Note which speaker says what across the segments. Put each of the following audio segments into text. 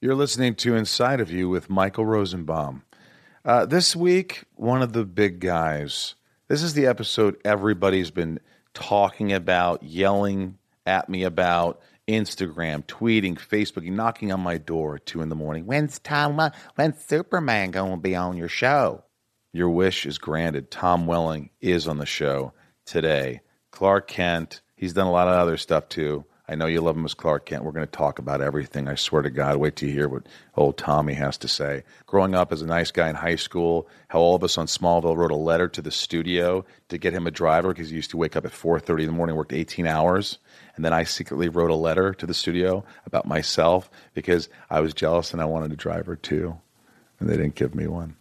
Speaker 1: You're listening to Inside of You with Michael Rosenbaum. Uh, this week, one of the big guys. This is the episode everybody's been talking about, yelling at me about, Instagram, tweeting, Facebook, knocking on my door at two in the morning. When's Tom? Wel- When's Superman going to be on your show? Your wish is granted. Tom Welling is on the show today. Clark Kent. He's done a lot of other stuff too. I know you love him as Clark Kent. We're going to talk about everything. I swear to God. Wait till you hear what old Tommy has to say. Growing up as a nice guy in high school, how all of us on Smallville wrote a letter to the studio to get him a driver because he used to wake up at 4:30 in the morning, worked 18 hours, and then I secretly wrote a letter to the studio about myself because I was jealous and I wanted a driver too, and they didn't give me one.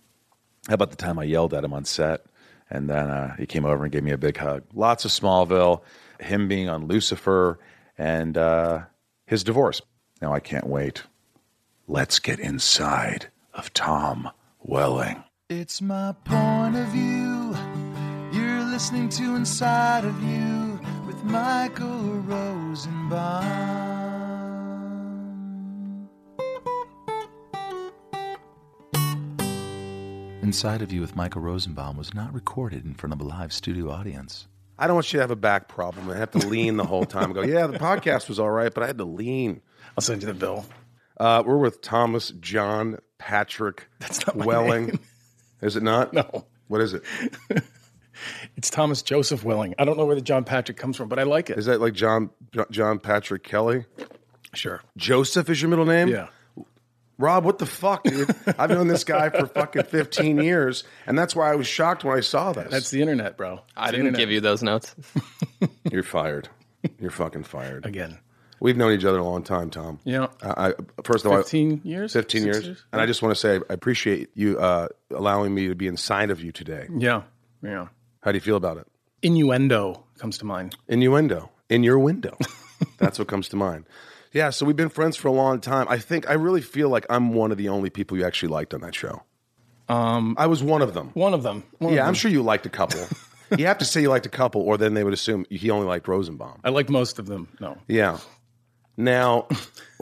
Speaker 1: How about the time I yelled at him on set? And then uh, he came over and gave me a big hug. Lots of Smallville, him being on Lucifer, and uh, his divorce. Now I can't wait. Let's get inside of Tom Welling. It's my point of view. You're listening to Inside of You with Michael Rosenbaum. Inside of You with Michael Rosenbaum was not recorded in front of a live studio audience.
Speaker 2: I don't want you to have a back problem and have to lean the whole time. and Go, yeah, the podcast was all right, but I had to lean.
Speaker 3: I'll send you the bill.
Speaker 2: Uh, we're with Thomas John Patrick
Speaker 3: That's not my
Speaker 2: Welling.
Speaker 3: name.
Speaker 2: Is it not?
Speaker 3: No,
Speaker 2: What is it?
Speaker 3: it's Thomas Joseph Welling. I don't know where the John Patrick comes from, but I like it.
Speaker 2: Is that like John John Patrick Kelly?
Speaker 3: Sure.
Speaker 2: Joseph is your middle name?
Speaker 3: Yeah.
Speaker 2: Rob, what the fuck, dude? I've known this guy for fucking 15 years, and that's why I was shocked when I saw this.
Speaker 3: That's the internet, bro. It's
Speaker 4: I
Speaker 3: the
Speaker 4: didn't
Speaker 3: internet.
Speaker 4: give you those notes.
Speaker 2: You're fired. You're fucking fired.
Speaker 3: again.
Speaker 2: We've known each other a long time, Tom.
Speaker 3: Yeah.
Speaker 2: I, I, first of all, I-
Speaker 3: 15 years?
Speaker 2: 15
Speaker 3: Six
Speaker 2: Uh, years. And I just want to say I appreciate you uh, allowing me to be inside of you today.
Speaker 3: Yeah. Yeah.
Speaker 2: How do you feel about it?
Speaker 3: Innuendo comes to mind.
Speaker 2: Innuendo in your window. That's what comes to mind. Yeah, so we've been friends for a long time. I think I really feel like I'm one of the only people you actually liked on that show. Um, I was one of them.
Speaker 3: One of them. One of
Speaker 2: Yeah,
Speaker 3: them.
Speaker 2: I'm sure you liked a couple. you have to say you liked a couple, or then they would assume he only liked Rosenbaum.
Speaker 3: I like most of them. No.
Speaker 2: Yeah. Now,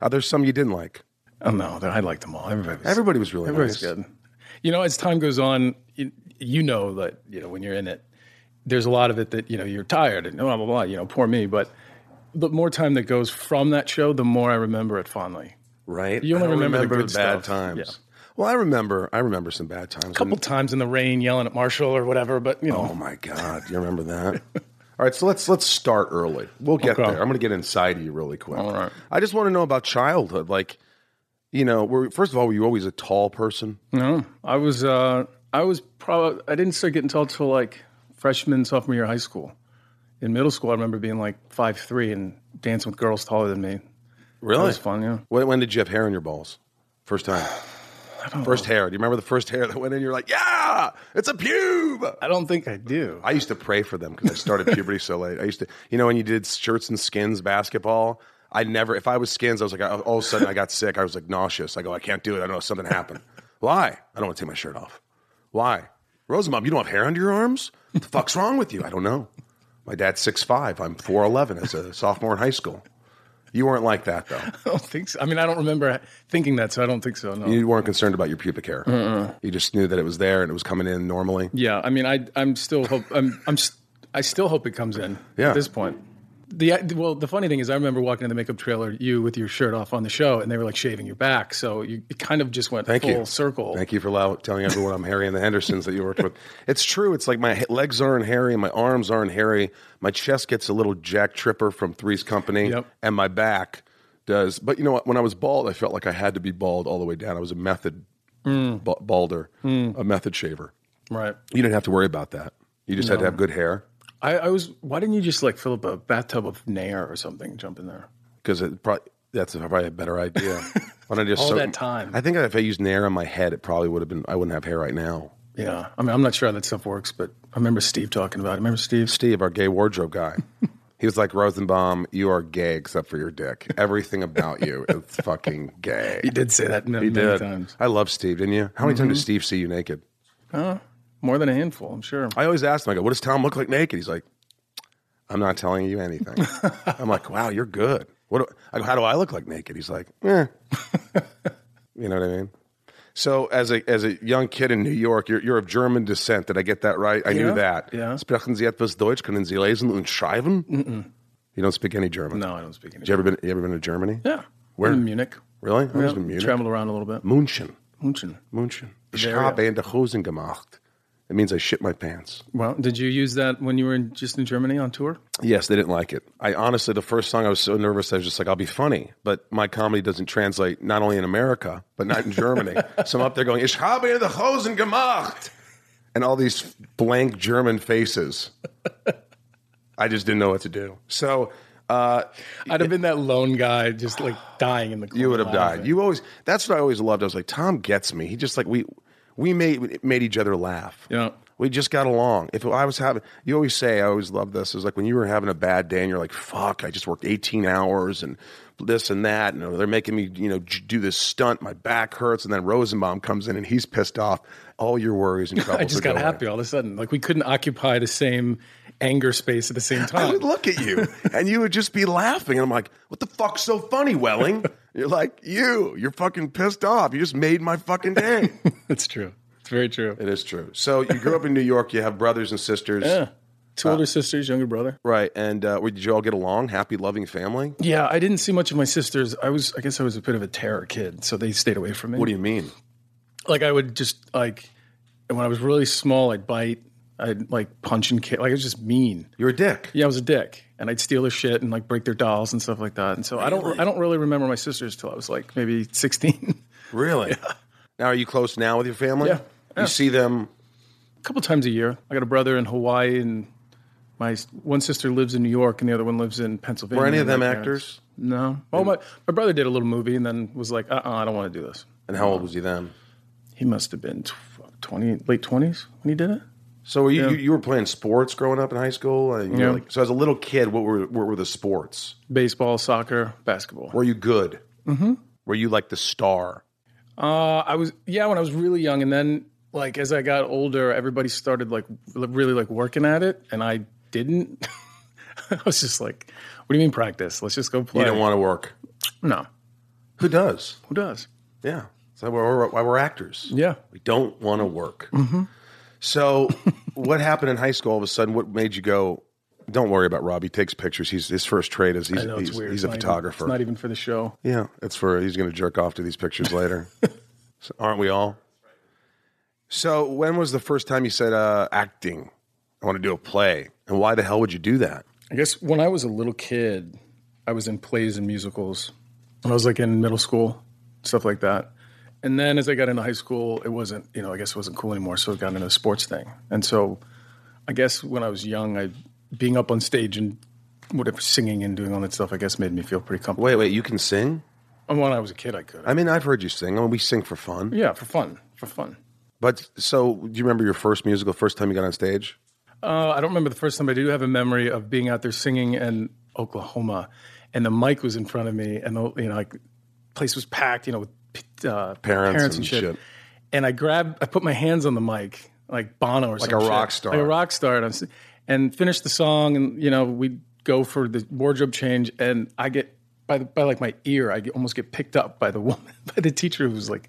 Speaker 2: are there some you didn't like?
Speaker 3: Oh, no. I like them all. Everybody's,
Speaker 2: Everybody was really
Speaker 3: everybody's
Speaker 2: nice.
Speaker 3: good. You know, as time goes on, you, you know that, you know, when you're in it, there's a lot of it that, you know, you're tired and blah, blah, blah, you know, poor me. But the more time that goes from that show, the more I remember it fondly.
Speaker 2: right?
Speaker 3: You only
Speaker 2: I don't
Speaker 3: remember the good
Speaker 2: bad
Speaker 3: stuff.
Speaker 2: times.
Speaker 3: Yeah.
Speaker 2: Well, I remember. I remember some bad times.
Speaker 3: couple times in the rain yelling at Marshall or whatever, but you know,
Speaker 2: oh my god, you remember that? All right, so let's let's start early. We'll get
Speaker 3: Okay.
Speaker 2: there. I'm going to get inside of you really quick.
Speaker 3: All right.
Speaker 2: I just want to know about childhood. Like, you know, were, first of all, were you always a tall person?
Speaker 3: no, I was uh I was probably I didn't start getting tall till like freshman sophomore year of high school. In middle school, I remember being like five three and dancing with girls taller than me. That
Speaker 2: Really?
Speaker 3: was fun, yeah.
Speaker 2: When, when did you have hair in your balls? First time. First hair. Do you remember the first hair that went in? You're like, yeah, it's a pube.
Speaker 3: I don't think I do.
Speaker 2: I used to pray for them because I started puberty so late. I used to, you know, when you did shirts and skins basketball, I never, if I was skins, I was like, all of a sudden I got sick. I was like nauseous. I go, I can't do it. I know something happened. Why? I don't want to take my shirt off. Why? Rosamom, you don't have hair under your arms? What the fuck's wrong with you? I don't know. My dad's 6'5. I'm 4'11 as a sophomore in high school. You weren't like that, though.
Speaker 3: I don't think so. I mean, I don't remember thinking that, so I don't think so. No.
Speaker 2: You weren't concerned about your pubic hair. You just knew that it was there and it was coming in normally.
Speaker 3: Yeah, I mean, I I'm still hope I'm I'm st- I still hope it comes in.
Speaker 2: Yeah.
Speaker 3: At this point, the well, the funny thing is, I remember walking in the makeup trailer, you with your shirt off on the show, and they were like shaving your back, so you it kind of just went
Speaker 2: Thank
Speaker 3: full
Speaker 2: you.
Speaker 3: circle.
Speaker 2: Thank you for allow- telling everyone I'm Harry and the Hendersons that you worked with. It's true. It's like my he- legs aren't hairy, my arms aren't hairy, my chest gets a little Jack Tripper from Three's Company,
Speaker 3: Yep.
Speaker 2: and my back does. But you know what? When I was bald, I felt like I had to be bald all the way down. I was a method
Speaker 3: Mm.
Speaker 2: ba- balder, a method shaver.
Speaker 3: Right.
Speaker 2: You didn't have to worry about that. You just had to have good hair
Speaker 3: I, I was. Why didn't you just like fill up a bathtub of Nair or something? and Jump in there.
Speaker 2: because it probably that's probably a better idea. Why don't I just
Speaker 3: All
Speaker 2: soak-
Speaker 3: that time.
Speaker 2: I think if I used Nair on my head, it probably would have been. I wouldn't have hair right now.
Speaker 3: Yeah. I mean, I'm not sure how that stuff works, but I remember Steve talking about it. Remember Steve?
Speaker 2: Steve, our gay wardrobe guy. He was like Rosenbaum, you are gay except for your dick. Everything about you is fucking gay.
Speaker 3: He did say that many, many times. Mm-hmm.
Speaker 2: I love Steve, didn't you? How many times did Steve see you naked?
Speaker 3: More than a handful, I'm sure.
Speaker 2: I always asked him, I go, what does Tom look like naked? He's like, I'm not telling you anything. I'm like, wow, you're good. What do, I go, how do I look like naked? He's like, eh. you know what I mean? So as a as a young kid in New York, you're, you're of German descent. Did I get that right? I knew
Speaker 3: Yeah,
Speaker 2: that.
Speaker 3: yeah.
Speaker 2: Sprechen Sie etwas Deutsch? Können Sie lesen und schreiben? You don't speak any German.
Speaker 3: No, I don't speak any.
Speaker 2: You ever been? You ever been to Germany?
Speaker 3: Yeah.
Speaker 2: Where?
Speaker 3: In Munich.
Speaker 2: Really? I was
Speaker 3: Yeah,
Speaker 2: in Munich.
Speaker 3: Traveled around a little bit.
Speaker 2: München.
Speaker 3: München.
Speaker 2: München. Ich
Speaker 3: Bavaria.
Speaker 2: habe in der Hosen gemacht. It means I shit my pants.
Speaker 3: Well, did you use that when you were in, just in Germany on tour?
Speaker 2: Yes, they didn't like it. I honestly, the first song, I was so nervous. I was just like, I'll be funny, but my comedy doesn't translate not only in America but not in Germany. so I'm up there going, "Ich habe in der Hosen gemacht," and all these blank German faces. I just didn't know what to do. So uh,
Speaker 3: I'd have been that lone guy, just like dying in the.
Speaker 2: you would have died. You always. That's what I always loved. I was like, Tom gets me. He just like we we made made each other laugh.
Speaker 3: Yeah.
Speaker 2: We just got along. If I was having, you always say, I always love this. Is like when you were having a bad day and you're like, "Fuck, I just worked 18 hours and this and that, and they're making me, you know, j- do this stunt. My back hurts." And then Rosenbaum comes in and he's pissed off. All your worries and troubles.
Speaker 3: I just
Speaker 2: are
Speaker 3: got
Speaker 2: going.
Speaker 3: happy all of a sudden. Like we couldn't occupy the same anger space at the same
Speaker 2: I
Speaker 3: time.
Speaker 2: would look at you and you would just be laughing. And I'm like, what the fuck's so funny, Welling? You're like, you, you're fucking pissed off. You just made my fucking day.
Speaker 3: It's true. It's very true.
Speaker 2: it is true. So you grew up in New York, you have brothers and sisters.
Speaker 3: Yeah. Two older sisters, younger brother.
Speaker 2: Right. And uh, did you all get along? Happy, loving family?
Speaker 3: Yeah, I didn't see much of my sisters. I was, I guess, I was a bit of a terror kid, so they stayed away from me.
Speaker 2: What do you mean?
Speaker 3: like I would just like when I was really small, I'd bite, I'd like punch and kick. Like I was just mean.
Speaker 2: You're a dick.
Speaker 3: Yeah, I was a dick, and I'd steal their shit and like break their dolls and stuff like that. And so I don't, I don't really remember my sisters till I was like maybe sixteen.
Speaker 2: Really? Now, are you close now with your family?
Speaker 3: Yeah.
Speaker 2: You see them.
Speaker 3: a couple times a year. I got a brother in Hawaii, and my s- one sister lives in New York, and the other one lives in Pennsylvania.
Speaker 2: Were any of
Speaker 3: with my
Speaker 2: them
Speaker 3: parents.
Speaker 2: actors?
Speaker 3: No. Well, my, my brother did a little movie, and then was like, uh, uh I don't want to do this.
Speaker 2: And how old was he then?
Speaker 3: He must have been tw- twenty, late twenties when he did it.
Speaker 2: So were you, you, you were playing sports growing up in high school? And you were
Speaker 3: Yeah.
Speaker 2: like, so as a little kid, what were, what were the sports?
Speaker 3: Baseball, soccer, basketball.
Speaker 2: Were you good? Mm-hmm. Were you like the star?
Speaker 3: Uh, I was yeah when I was really young, and then like as I got older, everybody started like l- really like working at it, and I didn't. I was just like, "What do you mean practice? Let's just go play."
Speaker 2: You don't want to work.
Speaker 3: no,
Speaker 2: Who does?
Speaker 3: who does?
Speaker 2: Yeah. So why we're, why we're actors.
Speaker 3: Yeah,
Speaker 2: We don't want to work. So what happened in high school all of a sudden? What made you go, don't worry about Rob. He takes pictures. He's his first trade is he's,
Speaker 3: I know
Speaker 2: he's,
Speaker 3: it's weird.
Speaker 2: he's
Speaker 3: It's
Speaker 2: a
Speaker 3: not even-
Speaker 2: photographer.
Speaker 3: it's not even for the show.
Speaker 2: yeah. It's for, he's going to jerk off to these pictures later. So, aren't we all? So when was the first time you said, uh, acting, I want to do a play. And why the hell would you do that?
Speaker 3: I guess when I was a little kid, I was in plays and musicals. When I was like in middle school, stuff like that. And then as I got into high school, it wasn't, you know, I guess it wasn't cool anymore. So I got into the sports thing. And so I guess when I was young, I being up on stage and whatever singing and doing all that stuff, I guess made me feel pretty comfortable.
Speaker 2: Wait, wait, you can sing?
Speaker 3: And when I was a kid, I could.
Speaker 2: I mean, I've heard you sing. I mean, we sing for fun.
Speaker 3: yeah, for fun, for fun.
Speaker 2: But so, do you remember your first musical, first time you got on stage?
Speaker 3: Uh, I don't remember the first time. but I do have a memory of being out there singing in Oklahoma, and the mic was in front of me, and the you know like place was packed, you know, with p- uh,
Speaker 2: Parents
Speaker 3: parents,
Speaker 2: and
Speaker 3: and, shit.
Speaker 2: shit.
Speaker 3: And I grabbed, I put my hands on the mic like Bono or like
Speaker 2: a rock star.
Speaker 3: like a rock star, and I'm s- and finished the song, and you know we go for the wardrobe change, and I get by the, by like my ear, I get, almost get picked up by the woman, by the teacher who was like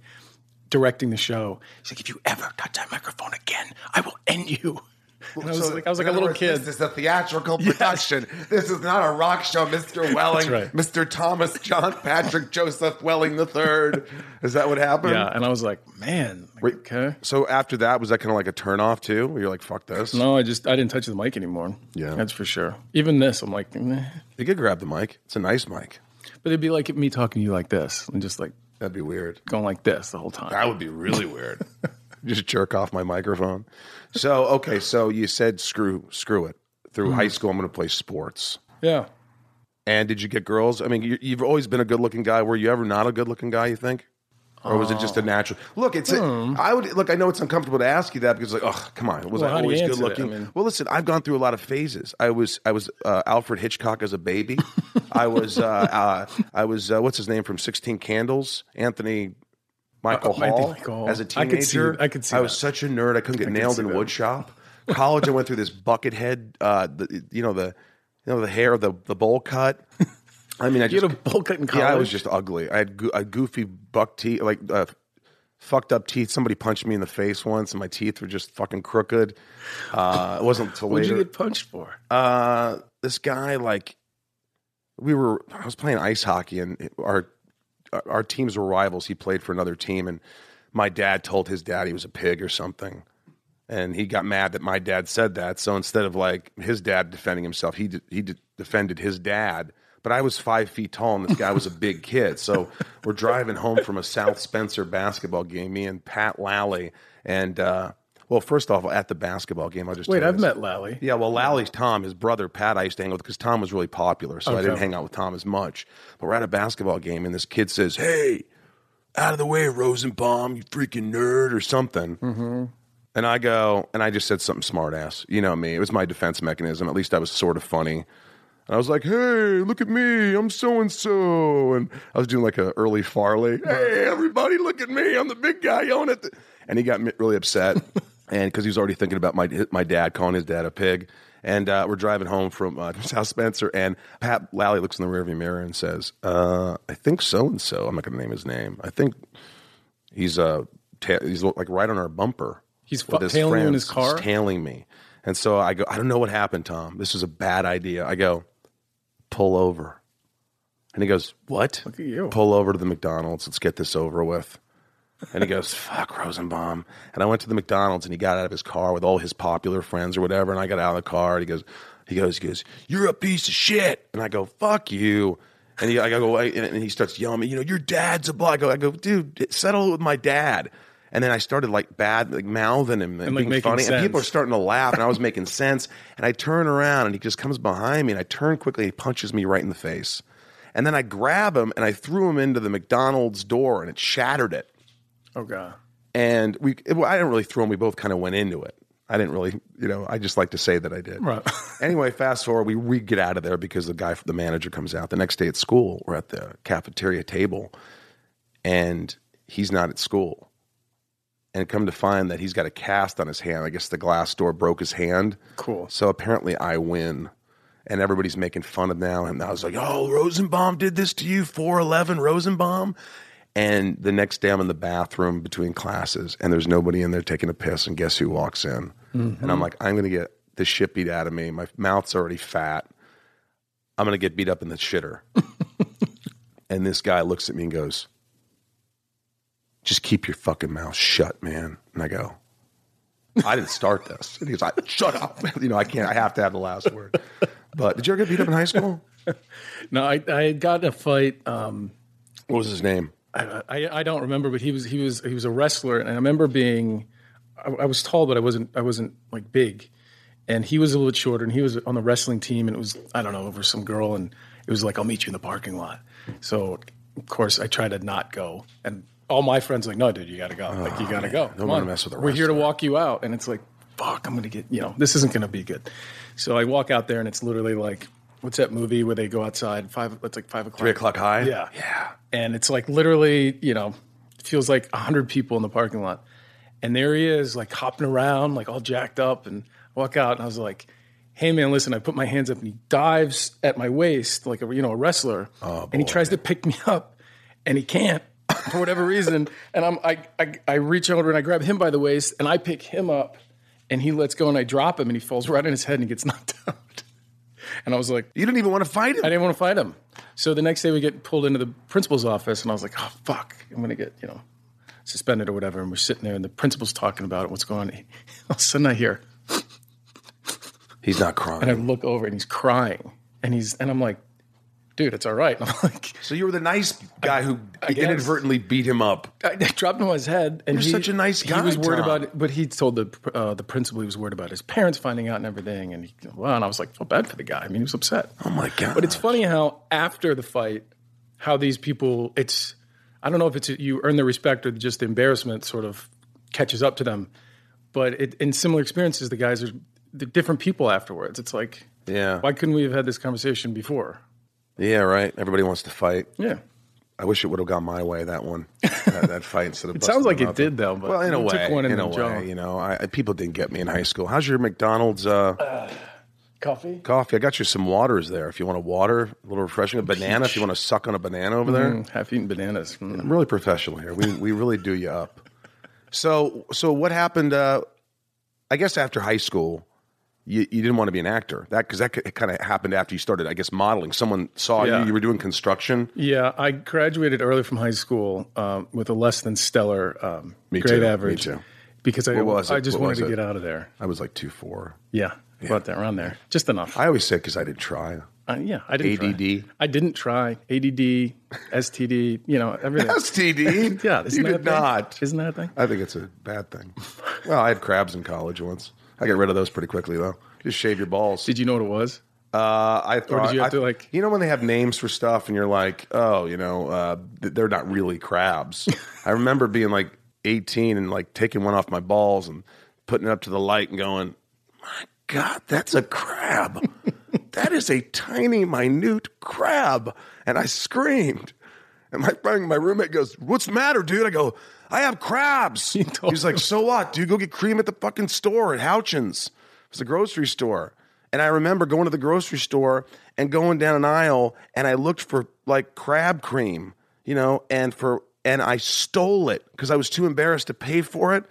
Speaker 3: directing the show. She's like, if you ever touch that microphone again, I will end you. And I was
Speaker 2: So,
Speaker 3: like, I was like
Speaker 2: in
Speaker 3: a
Speaker 2: other
Speaker 3: little
Speaker 2: words,
Speaker 3: kid.
Speaker 2: This is a theatrical production. This is not a rock show, Mr. Welling,
Speaker 3: right.
Speaker 2: Mr. Thomas John Patrick Joseph Welling III. Is that what happened?
Speaker 3: Yeah, and I was like, man, like, okay.
Speaker 2: So after that, was that kind of like a turnoff too? Where you're like, fuck this.
Speaker 3: No, I just I didn't touch the mic anymore.
Speaker 2: Yeah.
Speaker 3: that's for sure. Even this, I'm like, meh.
Speaker 2: You could grab the mic. It's a nice mic.
Speaker 3: but it'd be like me talking to you like this and just like
Speaker 2: That'd be weird.
Speaker 3: going like this the whole time.
Speaker 2: That would be really weird. Just jerk off my microphone. So okay, so you said screw screw it. Through high school, I'm going to play sports.
Speaker 3: yeah,
Speaker 2: And did you get girls? I mean, you, you've always been a good-looking guy. Were you ever not a good-looking guy? You think, or was it just a
Speaker 3: Oh.
Speaker 2: natural? Look, it's. A, I would look. I know it's uncomfortable to ask you that because, like, oh, come on, was
Speaker 3: Hmm. Well,
Speaker 2: I
Speaker 3: how do you
Speaker 2: always
Speaker 3: answer that?
Speaker 2: good-looking?
Speaker 3: I mean-
Speaker 2: well, listen, I've gone through a lot of phases. I was, I was uh, Alfred Hitchcock as a baby. I was, uh, uh, I was, uh, what's his name from Sixteen Candles, Anthony. Michael
Speaker 3: Uh, Anthony
Speaker 2: Hall,
Speaker 3: Michael Hall.
Speaker 2: as a
Speaker 3: I
Speaker 2: teenager,
Speaker 3: could see- I could see
Speaker 2: I was
Speaker 3: that.
Speaker 2: such a nerd. I couldn't get nailed
Speaker 3: see
Speaker 2: in
Speaker 3: that.
Speaker 2: wood shop. College, I went through this bucket head, uh, the, you know the, you know the hair, the the bowl cut. I mean, I
Speaker 3: You
Speaker 2: just
Speaker 3: had a bowl cut in college.
Speaker 2: yeah, I was just ugly. I had go- a goofy buck teeth, like uh, fucked up teeth. Somebody punched me in the face once, and my teeth were just fucking crooked. Uh, it wasn't until
Speaker 3: What'd
Speaker 2: later.
Speaker 3: you get punched for?
Speaker 2: uh, this guy like we were I was playing ice hockey and it- our our teams were rivals. He played for another team and my dad told his dad he was a pig or something. And he got mad that my dad said that. So instead of like his dad defending himself, he de- he de- defended his dad. But I was five feet tall, and this guy was a big kid. So we're driving home from a South Spencer basketball game. Me and Pat Lally, and uh, well, first off, at the basketball game, I just
Speaker 3: Wait,
Speaker 2: tell you
Speaker 3: I've
Speaker 2: this.
Speaker 3: met Lally.
Speaker 2: Yeah, well, Lally's Tom, his brother Pat, I used to hang out with because Tom was really popular, so I didn't hang out with Tom as much. But we're at a basketball game, and this kid says, "Hey, out of the way, Rosenbaum, you freaking nerd," or something.
Speaker 3: Mm-hmm.
Speaker 2: And I go, and I just said something smart ass. You know me; it was my defense mechanism. At least I was sort of funny. And I was like, "Hey, look at me! I'm so and so," and I was doing like a early Farley. Hey, everybody, look at me! I'm the big guy yelling at the. And he got mi- really upset, and because he was already thinking about my my dad calling his dad a pig. And uh, we're driving home from uh, South Spencer, and Pat Lally looks in the rearview mirror and says, uh, "I think so and so. I'm not going to name his name. I think he's uh, ta- he's like right on our bumper.
Speaker 3: He's
Speaker 2: with
Speaker 3: fu-
Speaker 2: his
Speaker 3: tailing you in
Speaker 2: friends.
Speaker 3: his car?
Speaker 2: He's tailing me. And so I go, I don't know what happened, Tom. This is a bad idea. I go, pull over. And he goes, What?
Speaker 3: Look at you.
Speaker 2: Pull over to the McDonald's. Let's get this over with. And he goes, Fuck Rosenbaum. And I went to the McDonald's and he got out of his car with all his popular friends or whatever. And I got out of the car and he goes, he goes, he goes, You're a piece of shit. And I go, Fuck you. And he, I go, I- and he starts yelling, at me, you know, your dad's a black. I go, I go, dude, settle "Oh, with my dad. And then I started like bad, like mouthing him and,
Speaker 3: like,
Speaker 2: being
Speaker 3: making
Speaker 2: funny. And people
Speaker 3: sense.
Speaker 2: are starting to laugh, and I was making sense. And I turn around, and he just comes behind me, and I turn quickly, and he punches me right in the face. And then I grab him, and I threw him into the McDonald's door, and it shattered it.
Speaker 3: Oh god.
Speaker 2: And we, it, well, I didn't really throw him. We both kind of went into it. I didn't really, you know, I just like to say that I did.
Speaker 3: Right.
Speaker 2: anyway, fast forward, we, we get out of there because the guy, the manager comes out. The next day at school, we're at the cafeteria table, and he's not at school. And come to find that he's got a cast on his hand. I guess the glass door broke his hand.
Speaker 3: Cool.
Speaker 2: So apparently I win. And everybody's making fun of now. And I was like, oh, Rosenbaum did this to you, 411 Rosenbaum. And the next day I'm in the bathroom between classes and there's nobody in there taking a piss. And guess who walks in?
Speaker 3: Mm-hmm.
Speaker 2: And I'm like, I'm going to get the shit beat out of me. My mouth's already fat. I'm going to get beat up in the shitter. and this guy looks at me and goes, just keep your fucking mouth shut, man. And I go, I didn't start this. And he goes, I, shut up. You know, I can't, I have to have the last word. But did you ever get beat up in high school?
Speaker 3: No, I I got in a fight. Um,
Speaker 2: What was his name?
Speaker 3: I, I I don't remember, but he was he was he was a wrestler, and I remember being. I, I was tall, but I wasn't I wasn't like big, and he was a little bit shorter, and he was on the wrestling team, and it was I don't know over some girl, and it was like I'll meet you in the parking lot. So of course I tried to not go, and all my friends were like, no, dude, you got to go, like you got to go. Come
Speaker 2: Ah, wanna
Speaker 3: on.
Speaker 2: mess with a
Speaker 3: We're here to walk you out, and it's like, fuck, I'm gonna get you know this isn't gonna be good. So I walk out there, and it's literally like. What's that movie where they go outside five? It's like five o'clock.
Speaker 2: Three o'clock high?
Speaker 3: Yeah.
Speaker 2: Yeah.
Speaker 3: And it's like literally, you know, it feels like 100 people in the parking lot. And there he is, like hopping around, like all jacked up. And I walk out and I was like, hey, man, listen, I put my hands up and he dives at my waist like a, you know, a wrestler. and he tries to pick me up and he can't for whatever reason. And I'm, I, I, I reach over and I grab him by the waist and I pick him up and he lets go and I drop him and he falls right on his head and he gets knocked out. And I was like,
Speaker 2: You didn't even want to fight him.
Speaker 3: I didn't want to fight him. So the next day we get pulled into the principal's office, and I was like, "Oh fuck, I'm gonna get you know suspended or whatever." And we're sitting there, and the principal's talking about it, what's going on. All of a sudden, I hear,
Speaker 2: He's not crying.
Speaker 3: and I look over, and he's crying, and he's, and I'm like, "Dude, it's all right." And I'm like,
Speaker 2: so you were the nice guy who
Speaker 3: guess.
Speaker 2: inadvertently beat him up.
Speaker 3: I, I dropped him on his head, and
Speaker 2: You're
Speaker 3: he,
Speaker 2: such a nice guy,
Speaker 3: He was worried
Speaker 2: Tom.
Speaker 3: about it, but he told the uh, the principal he was worried about his parents finding out and everything, and he, well, and I was like, "Feel bad for the guy." I mean, he was upset.
Speaker 2: Oh my God.
Speaker 3: But it's funny how after the fight, how these people, it's, I don't know if it's you earn their respect or just the embarrassment sort of catches up to them. But it, in similar experiences, the guys are the different people afterwards. It's like,
Speaker 2: Yeah.
Speaker 3: why couldn't we have had this conversation before?
Speaker 2: Yeah, right. Everybody wants to fight.
Speaker 3: Yeah.
Speaker 2: I wish it would have gone my way, that one. That, that fight instead of
Speaker 3: It sounds
Speaker 2: busting
Speaker 3: like
Speaker 2: him
Speaker 3: it
Speaker 2: up.
Speaker 3: did, though. But
Speaker 2: Well, in a
Speaker 3: we
Speaker 2: way,
Speaker 3: took one
Speaker 2: in
Speaker 3: the
Speaker 2: a way,
Speaker 3: jaw.
Speaker 2: you know, I, I- people didn't get me in high school. How's your McDonald's? Uh,
Speaker 3: Coffee?
Speaker 2: Coffee. I got you some waters there if you want a water, a little refreshing. A banana if you want to suck on a banana over there.
Speaker 3: Half eaten bananas. Mm.
Speaker 2: I'm really professional here. We we really do you up. So so what happened? Uh, I guess after high school, you, you didn't want to be an actor. That because that kind of happened after you started. I guess modeling. Someone saw
Speaker 3: Yeah.
Speaker 2: you. You were doing construction.
Speaker 3: Yeah, I graduated early from high school um, with a less than stellar um,
Speaker 2: too,
Speaker 3: grade
Speaker 2: me
Speaker 3: average.
Speaker 2: too.
Speaker 3: Because I,
Speaker 2: was it?
Speaker 3: I just
Speaker 2: What was
Speaker 3: wanted to
Speaker 2: it?
Speaker 3: get out of there.
Speaker 2: I was like two four.
Speaker 3: Yeah, about that around there, just enough.
Speaker 2: I always said because I didn't try.
Speaker 3: Uh, yeah, I didn't. try.
Speaker 2: ADD?
Speaker 3: I didn't try ADD, STD. You know everything.
Speaker 2: STD.
Speaker 3: yeah, isn't
Speaker 2: you
Speaker 3: that
Speaker 2: did
Speaker 3: a thing?
Speaker 2: not.
Speaker 3: Isn't that a thing?
Speaker 2: I think it's a bad thing. Well, I had crabs in college once. I got rid of those pretty quickly though. Just shave your balls.
Speaker 3: Did you know what it was?
Speaker 2: Uh, I thought
Speaker 3: did you have
Speaker 2: I-
Speaker 3: to, like-
Speaker 2: you know when they have names for stuff and you're like, oh, you know, uh, th- they're not really crabs. I remember being like 18 and like taking one off my balls and putting it up to the light and going, my God, that's a crab. that is a tiny, minute crab, and I screamed. And my friend, my roommate goes, "What's the matter, dude?" I go, "I have crabs."
Speaker 3: told
Speaker 2: He's like, "So what, dude? Go get cream at the fucking store at Houchins. It's a grocery store." And I remember going to the grocery store and going down an aisle, and I looked for like crab cream, you know, and for and I stole it because I was too embarrassed to pay for it.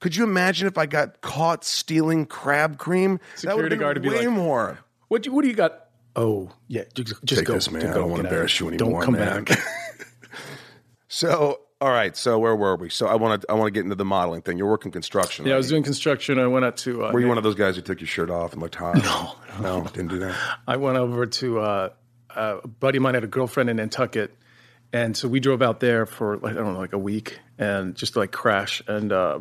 Speaker 2: Could you imagine if I got caught stealing crab cream? that would
Speaker 3: Security
Speaker 2: have
Speaker 3: guard
Speaker 2: been
Speaker 3: would be
Speaker 2: way
Speaker 3: like,
Speaker 2: more.
Speaker 3: What do, What do you got? Oh, yeah, ju- just, just
Speaker 2: Take
Speaker 3: go.
Speaker 2: this, man.
Speaker 3: Just
Speaker 2: I
Speaker 3: go.
Speaker 2: don't want to
Speaker 3: Get out.
Speaker 2: embarrass you anymore.
Speaker 3: Don't come
Speaker 2: man.
Speaker 3: back.
Speaker 2: So, all right. So, where were we? So, I want to I want to get into the modeling thing. You're working construction.
Speaker 3: yeah, I
Speaker 2: right?
Speaker 3: was doing construction. I went out to. Uh,
Speaker 2: were you one of those guys who took your shirt off and looked hot? No, no, didn't do that.
Speaker 3: I went over to uh, uh, a buddy of mine had a girlfriend in Nantucket, and so we drove out there for like, I don't know, like a week, and just like crash and uh,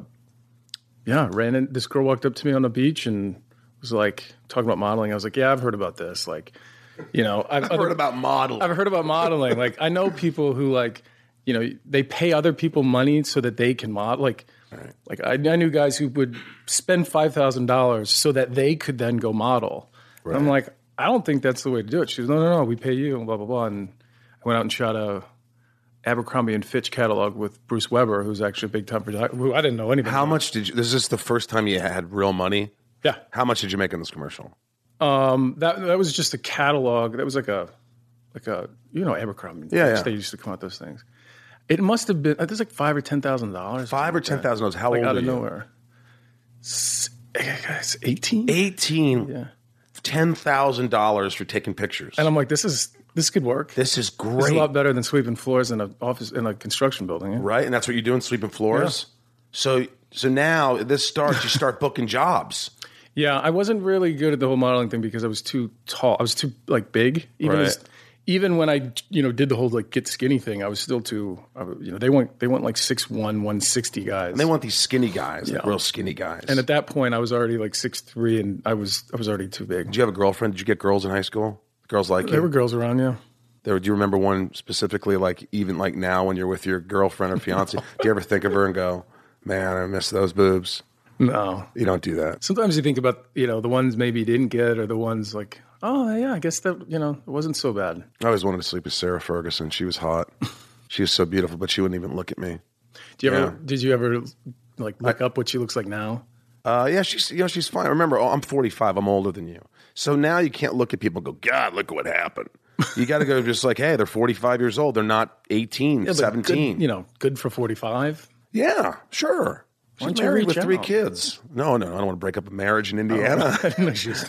Speaker 3: yeah, ran in. This girl walked up to me on the beach and was like talking about modeling. I was like, yeah, I've heard about this. Like, you know, I've,
Speaker 2: I heard about modeling.
Speaker 3: I've heard about modeling. like, I know people who like, you know, they pay other people money so that they can model. Like, like I, I knew guys who would spend five thousand dollars so that they could then go model. And I'm like, I don't think that's the way to do it. She was, no, no, no, we pay you, and blah blah blah. And I went out and shot a Abercrombie and Fitch catalog with Bruce Weber, who's actually a big time producer. Who I didn't know anything.
Speaker 2: How much did you? This is the first time you had real money.
Speaker 3: Yeah,
Speaker 2: How much did you make on this commercial?
Speaker 3: Um, that that was just a catalog. That was like a like a you know Abercrombie.
Speaker 2: Yeah, yeah.
Speaker 3: They used to come out those things. It must have been. It was like five or ten thousand dollars.
Speaker 2: Five or ten thousand dollars. How old
Speaker 3: out
Speaker 2: were
Speaker 3: of
Speaker 2: you?
Speaker 3: nowhere. S- It's eighteen.
Speaker 2: Eighteen. Ten thousand dollars for taking pictures.
Speaker 3: And I'm like, this is this could work. This
Speaker 2: this is
Speaker 3: is
Speaker 2: great,
Speaker 3: a lot better than sweeping floors in an office in a construction building. yeah.
Speaker 2: right? And that's what you're doing, sweeping floors. So, so now this starts. You start booking jobs.
Speaker 3: Yeah, I wasn't really good at the whole modeling thing because I was too tall. I was too like big. Even
Speaker 2: Right.
Speaker 3: as, even when I you know did the whole like get skinny thing, I was still too. I was- You know, they want they want like 6'1", 160 guys.
Speaker 2: They want these skinny guys, like real skinny guys.
Speaker 3: And at that point, I was already like six three, and I was I was already too big.
Speaker 2: Did you have a girlfriend? Did you get girls in high school? Girls like
Speaker 3: There
Speaker 2: you?
Speaker 3: were girls around, yeah.
Speaker 2: There were- do you remember one specifically, like even like now when you're with your girlfriend or fiance? do you ever think of her and go, man, I miss those boobs?
Speaker 3: No,
Speaker 2: You don't do that.
Speaker 3: sometimes you think about you know the ones maybe you didn't get, or the ones like oh yeah, I guess that you know it wasn't so bad.
Speaker 2: I always wanted to sleep with Sarah Ferguson. She was hot. She was so beautiful, but she wouldn't even look at me.
Speaker 3: Do you ever
Speaker 2: Yeah.
Speaker 3: did you ever like look up what she looks like now?
Speaker 2: Uh, yeah, she's you know she's fine. Remember, oh, I'm 45. I'm older than you, so now you can't look at people and go, God, look what happened. You got to go just like, hey, they're 45 years old. They're not 18,
Speaker 3: But
Speaker 2: 17.
Speaker 3: good, you know, good for forty five.
Speaker 2: Yeah, sure.
Speaker 3: don't
Speaker 2: She's
Speaker 3: you
Speaker 2: married
Speaker 3: reach
Speaker 2: with three
Speaker 3: out? Oh,
Speaker 2: kids. No, no, I don't want to break up a marriage in Indiana.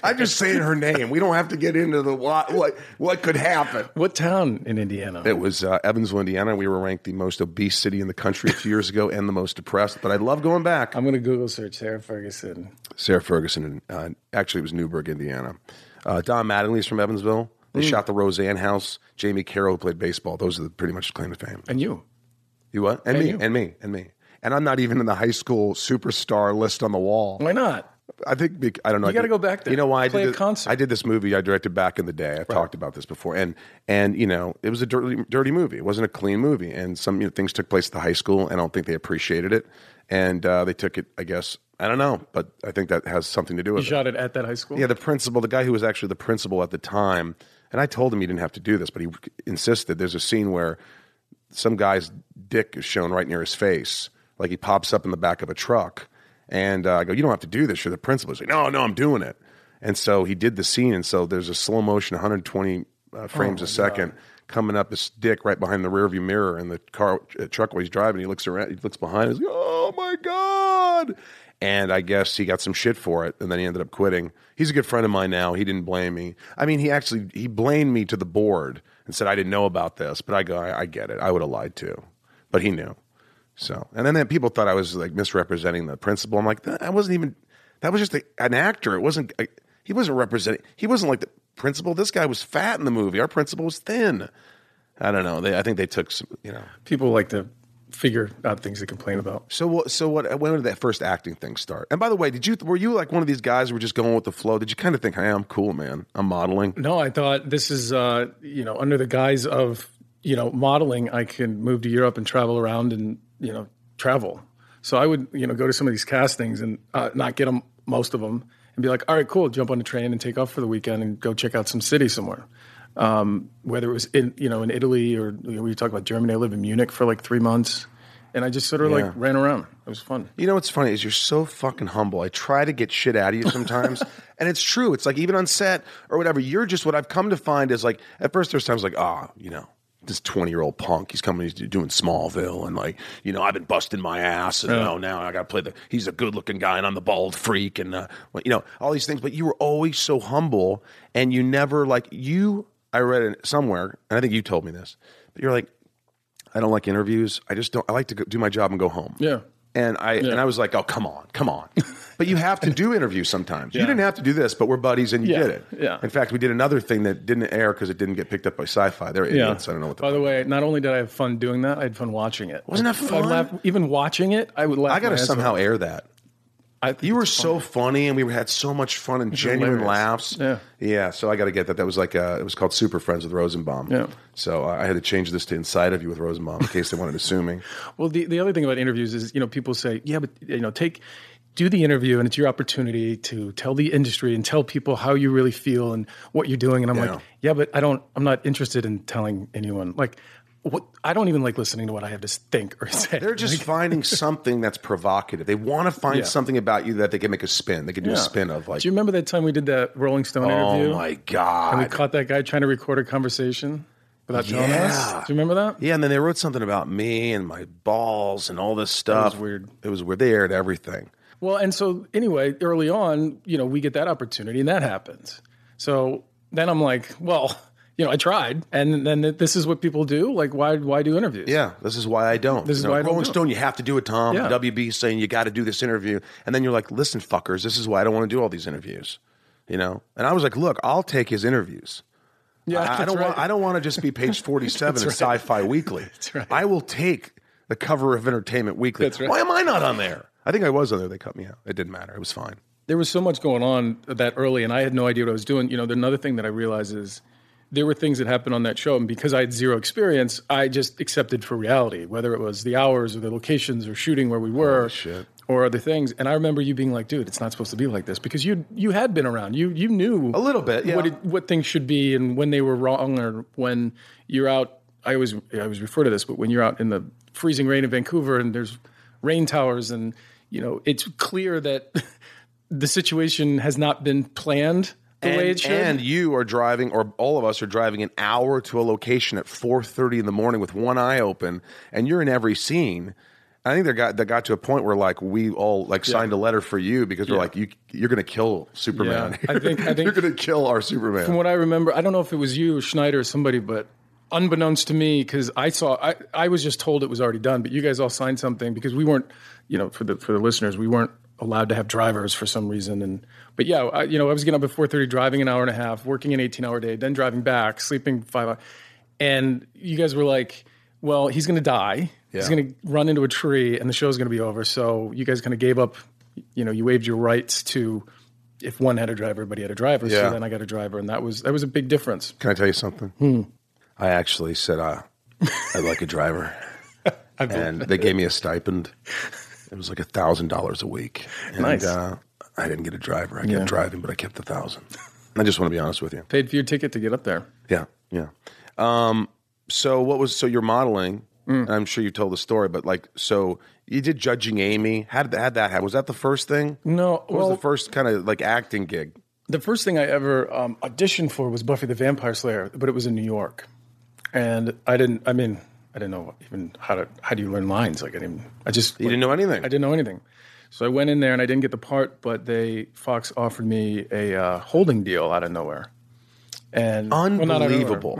Speaker 2: I'm just saying her name. We don't have to get into the what what, what could happen.
Speaker 3: What town in Indiana?
Speaker 2: It was uh, Evansville, Indiana. We were ranked the most obese city in the country a few years ago and the most depressed. But I love going back.
Speaker 3: I'm gonna Google search Sarah Ferguson.
Speaker 2: Sarah Ferguson, uh, actually, it was Newburgh, Indiana. Uh, Don Mattingly is from Evansville. They shot the Roseanne House. Jamie Carroll played baseball. Those are the, pretty much his claim to fame.
Speaker 3: And you?
Speaker 2: You what? And, me,
Speaker 3: you.
Speaker 2: and me, and me. And I'm not even in the high school superstar list on the wall.
Speaker 3: Why not?
Speaker 2: I think bec- I don't know. You
Speaker 3: gotta go back there.
Speaker 2: You know why I
Speaker 3: Play a
Speaker 2: did this,
Speaker 3: concert.
Speaker 2: I did this movie I directed back in the day. I've talked about this before, and and you know it was a dirty, dirty movie. It wasn't a clean movie, and some you know, things took place at the high school, and I don't think they appreciated it, and uh, they took it. I guess I don't know, but I think that has something to do with
Speaker 3: You
Speaker 2: it.
Speaker 3: shot it at that high school?
Speaker 2: Yeah, the principal, the guy who was actually the principal at the time, and I told him he didn't have to do this, but he insisted. There's a scene where some guy's dick is shown right near his face, like he pops up in the back of a truck, and uh, I go, "You don't have to do this. You're the principal." He's like, "No, no, I'm doing it." And so he did the scene. And so there's a slow motion, 120 uh, frames a second, coming up his dick right behind the rearview mirror in the car uh, truck while he's driving. He looks around, he looks behind, he's like, oh my God. And I guess he got some shit for it. And then he ended up quitting. He's a good friend of mine now. He didn't blame me. I mean, he actually, he blamed me to the board and said, I didn't know about this. But I go, I, I get it. I would have lied too. But he knew. So, and then, then people thought I was like misrepresenting the principal. I'm like, that I wasn't even, that was just a, an actor. It wasn't, I, he wasn't representing, he wasn't like the principal. This guy was fat in the movie. Our principal was thin. I don't know. They, I think they took some, you know.
Speaker 3: People like to figure out things to complain about.
Speaker 2: So what? So what? When did that first acting thing start? And by the way, did you were you like one of these guys who were just going with the flow? Did you kind of think, "Hey, I'm cool, man. I'm modeling."
Speaker 3: No, I thought this is, uh, you know, under the guise of, you know, modeling, I can move to Europe and travel around and, you know, travel. So I would, you know, go to some of these castings and uh, not get them, most of them, and be like, all right, cool, jump on a train and take off for the weekend and go check out some city somewhere. Um, whether it was in, you know, in Italy or you know, we talked about Germany, I lived in Munich for like three months. And I just sort of like ran around. It was fun.
Speaker 2: You know what's funny is you're so fucking humble. I try to get shit out of you sometimes, and it's true. It's like even on set or whatever, you're just what I've come to find is like at first there's times like ah, you know, this 20 year old punk. He's coming, he's doing Smallville, and like you know, I've been busting my ass, and oh, now I got to play the. He's a good looking guy, and I'm the bald freak, and uh, well, you know all these things. But you were always so humble, and you never like you. I read it somewhere, and I think you told me this, but you're like, I don't like interviews. I just don't. I like to go, do my job and go home.
Speaker 3: Yeah.
Speaker 2: And I and I was like, oh come on, come on. But you have to do interviews sometimes. You didn't have to do this, but we're buddies and you
Speaker 3: Yeah,
Speaker 2: did it.
Speaker 3: yeah.
Speaker 2: In fact, we did another thing that didn't air because it didn't get picked up by Sci-Fi. They're idiots. I don't know what.
Speaker 3: By the way, not only did I have fun doing that, I had fun watching it.
Speaker 2: Wasn't that
Speaker 3: I would laugh-
Speaker 2: fun?
Speaker 3: even watching it, I would laugh.
Speaker 2: I got
Speaker 3: my
Speaker 2: to
Speaker 3: ass
Speaker 2: somehow
Speaker 3: off.
Speaker 2: air that.
Speaker 3: I think
Speaker 2: You were
Speaker 3: it's fun.
Speaker 2: so funny, and we had so much fun and genuine
Speaker 3: hilarious.
Speaker 2: laughs. yeah. So I got to get that. That was like uh it was called Super Friends with Rosenbaum.
Speaker 3: Yeah.
Speaker 2: So uh, I I had to change this to Inside of You with Rosenbaum in case they wanted to sue me.
Speaker 3: Well, the, the other thing about interviews is, you know, people say, yeah, but, you know, take, do the interview and it's your opportunity to tell the industry and tell people how you really feel and what you're doing. And I'm
Speaker 2: Yeah.
Speaker 3: like, yeah, but I don't, I'm not interested in telling anyone. Like, what, I don't even like listening to what I have to think or say.
Speaker 2: Oh, They're just finding something that's provocative. They want to find
Speaker 3: Yeah.
Speaker 2: something about you that they can make a spin. They can do a
Speaker 3: Yeah.
Speaker 2: spin of like,
Speaker 3: do you remember that time we did that Rolling Stone
Speaker 2: oh
Speaker 3: interview?
Speaker 2: my
Speaker 3: And we
Speaker 2: god,
Speaker 3: caught that guy trying to record a conversation without telling
Speaker 2: Yeah.
Speaker 3: us. Do you remember that?
Speaker 2: yeah. And then they wrote something about me and my balls and all this stuff.
Speaker 3: weird.
Speaker 2: It was weird. They aired everything.
Speaker 3: Well, and so anyway, early on, you know, we get that opportunity and that happens. So then I'm like, well, you know, I tried, and then th- this is what people do. Like, why why do interviews?
Speaker 2: Yeah, this is why I don't. This
Speaker 3: is why I don't
Speaker 2: Rolling
Speaker 3: do it.
Speaker 2: Stone, you have to do it, Tom.
Speaker 3: Yeah.
Speaker 2: WB saying you got to do this interview, and then you're like, listen, fuckers, this is why I don't want to do all these interviews. You know, and I was like, look, I'll take his interviews.
Speaker 3: yeah.
Speaker 2: I, I
Speaker 3: that's
Speaker 2: don't
Speaker 3: right.
Speaker 2: want. I don't want to just be page forty-seven in Sci-Fi Weekly. I will take the cover of Entertainment Weekly.
Speaker 3: right.
Speaker 2: Why am I not on there? I think I was on there. They cut me out. It didn't matter. It was fine.
Speaker 3: there was so much going on that early, and I had no idea what I was doing. You know, another thing that I realized is there were things that happened on that show, and because I had zero experience, I just accepted for reality, whether it was the hours or the locations or shooting
Speaker 2: Oh,
Speaker 3: where we were, or other things. And I remember you being like, "Dude, it's not supposed to be like this," because you you had been around, you you knew
Speaker 2: A little bit, yeah.
Speaker 3: what it, what things should be and when they were wrong or when you're out. I always I always refer to this, but when you're out in the freezing rain in Vancouver and there's rain towers and you know it's clear that the situation has not been planned the way it should.
Speaker 2: and you are driving, or all of us are driving an hour to a location at four thirty in the morning with one eye open, and you're in every scene. I think they got they got to a point where like we all like signed a letter for you because we're like you you're gonna kill Superman.
Speaker 3: Yeah. I think- I think-
Speaker 2: you're gonna kill our Superman.
Speaker 3: From what I remember, I don't know if it was you or Schneider or somebody, but unbeknownst to me, because I saw, I, I was just told it was already done, but you guys all signed something because we weren't, you know, for the for the listeners, we weren't allowed to have drivers for some reason. And but yeah, I, you know, I was getting up at four thirty, driving an hour and a half, working an eighteen hour day, then driving back, sleeping five hours, and you guys were like, well, he's going to die. He's going to run into a tree, and the show's going to be over. So you guys kind of gave up. You know, you waived your rights to if one had a driver, everybody had a driver.
Speaker 2: Yeah.
Speaker 3: So then I got a driver, and that was that was a big difference.
Speaker 2: Can I tell you something?
Speaker 3: Hmm.
Speaker 2: I actually said uh, I'd like a driver, and they gave me a stipend. It was like a thousand dollars a week. And,
Speaker 3: Nice.
Speaker 2: Uh, I didn't get a driver. I kept driving, but I kept the thousand. I just want to be honest with you.
Speaker 3: Paid for your ticket to get up there.
Speaker 2: Yeah, yeah. Um, so what was so you're modeling?
Speaker 3: Hmm.
Speaker 2: And I'm sure you told the story, but like so you did judging Amy. How did that, how did that happen? Was that the first thing?
Speaker 3: No,
Speaker 2: What was
Speaker 3: well,
Speaker 2: the first kind of like acting gig?
Speaker 3: the first thing I ever um, auditioned for was Buffy the Vampire Slayer, but it was in New York, and I didn't. I mean, I didn't know even how to how do you learn lines? Like I didn't. I just
Speaker 2: You didn't know anything.
Speaker 3: I didn't know anything. So I went in there and I didn't get the part, but they Fox offered me a uh, holding deal out of nowhere, and well, not out of nowhere.
Speaker 2: Unbelievable.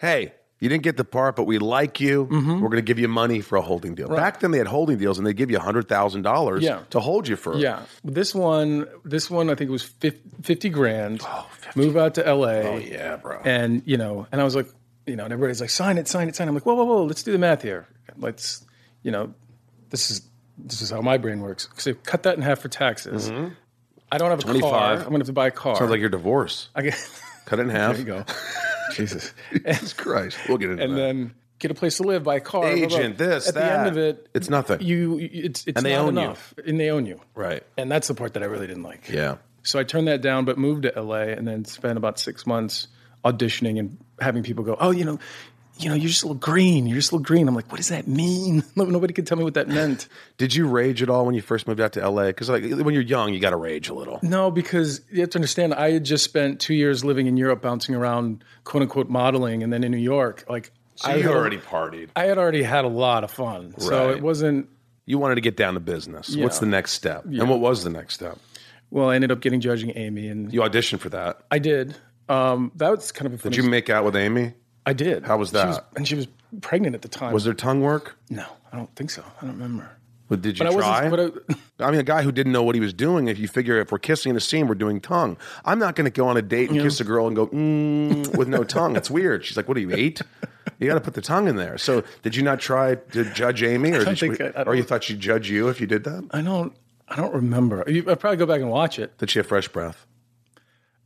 Speaker 2: Hey, you didn't get the part, but we like you.
Speaker 3: Mm-hmm.
Speaker 2: We're going to give you money for a holding deal. Back then, they had holding deals, and they give you hundred thousand dollars
Speaker 3: Yeah.
Speaker 2: to hold you for.
Speaker 3: Yeah, this one, this one, I think it was fif- fifty grand. Move out to L.A. Oh
Speaker 2: Oh, yeah, bro.
Speaker 3: And you know, and I was like, you know, and everybody's like, sign it, sign it, sign. it. I'm like, whoa, whoa, whoa, let's do the math here. Let's, you know, this is this is how my brain works. So cut that in half for taxes. I don't have a car.
Speaker 2: 25.
Speaker 3: I'm gonna have to buy a car.
Speaker 2: Mm-hmm. sounds like your divorce.
Speaker 3: I get,
Speaker 2: Cut it in half.
Speaker 3: there you go. Jesus.
Speaker 2: Jesus Christ, we'll get into
Speaker 3: And
Speaker 2: that.
Speaker 3: then get a place to live, buy a car. blah, blah, blah.
Speaker 2: Agent, this,
Speaker 3: At
Speaker 2: that.
Speaker 3: the end of it,
Speaker 2: It's nothing.
Speaker 3: You, you- it's it's
Speaker 2: they
Speaker 3: not
Speaker 2: own you.
Speaker 3: enough, and they own you.
Speaker 2: right?
Speaker 3: And that's the part that I really didn't like.
Speaker 2: Yeah.
Speaker 3: So I turned that down, but moved to LA and then spent about six months auditioning and having people go, "Oh, you know, you know, you're just a little green. You're just a little green." I'm like, "What does that mean?" Nobody could tell me what that meant.
Speaker 2: Did you rage at all when you first moved out to LA? Because like when you're young, you got to rage a little.
Speaker 3: no, because you have to understand, I had just spent two years living in Europe, bouncing around, quote unquote, modeling, and then in New York, like I had,
Speaker 2: partied.
Speaker 3: I had already had a lot of fun, so
Speaker 2: Right.
Speaker 3: it wasn't.
Speaker 2: You wanted to get down to business. What's
Speaker 3: Yeah.
Speaker 2: the next step? And what was the next step?
Speaker 3: Well, I ended up getting judging Amy, and
Speaker 2: You auditioned for that.
Speaker 3: I did. Um, that was kind of a funny.
Speaker 2: Did you make out with Amy?
Speaker 3: I did.
Speaker 2: How was
Speaker 3: She
Speaker 2: that?
Speaker 3: and she was pregnant at the time.
Speaker 2: Was there tongue work?
Speaker 3: No, I don't think so. I don't remember.
Speaker 2: But did you
Speaker 3: But I
Speaker 2: try?
Speaker 3: wasn't. But I,
Speaker 2: I mean, a guy who didn't know what he was doing. If you figure if we're kissing in a scene, we're doing tongue. I'm not going to go on a date and kiss a girl and go mm, with no tongue. It's weird. She's like, "What are you eight? You got to put the tongue in there." So, did you not try to judge Amy, or did
Speaker 3: think
Speaker 2: you,
Speaker 3: I- I
Speaker 2: or you thought she'd judge you if you did that?
Speaker 3: I don't. I don't remember. You, I'd probably go back and watch it.
Speaker 2: Did she have fresh breath?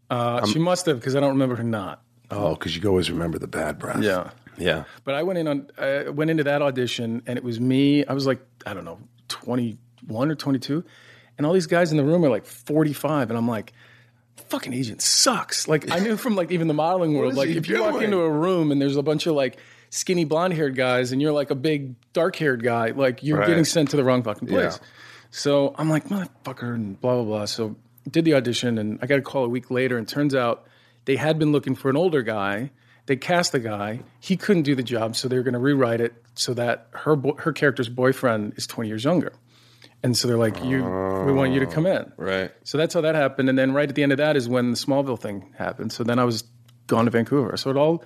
Speaker 3: Uh,
Speaker 2: Um,
Speaker 3: she must have because I don't remember her not.
Speaker 2: Oh, because you always remember the bad breath.
Speaker 3: Yeah.
Speaker 2: yeah.
Speaker 3: But I went in on I went into that audition and it was me. I was like I don't know twenty one or twenty two, and all these guys in the room are like forty five, and I'm like. Fucking agent sucks. Like I knew from like even the modeling world.
Speaker 2: is
Speaker 3: Like
Speaker 2: he
Speaker 3: if you walk
Speaker 2: doing?
Speaker 3: into a room and there's a bunch of like skinny blonde haired guys and you're like a big dark haired guy, like you're
Speaker 2: Right.
Speaker 3: getting sent to the wrong fucking place.
Speaker 2: Yeah.
Speaker 3: So I'm like, motherfucker, and blah, blah, blah. So did the audition, and I got a call a week later, and turns out they had been looking for an older guy. They cast the guy. He couldn't do the job, so they were going to rewrite it so that her bo- her character's boyfriend is 20 years younger. And so they're like, "You, we want you to come in."
Speaker 2: Oh, Right.
Speaker 3: So that's how that happened. And then right at the end of that is when the Smallville thing happened. So then I was gone to Vancouver. So it all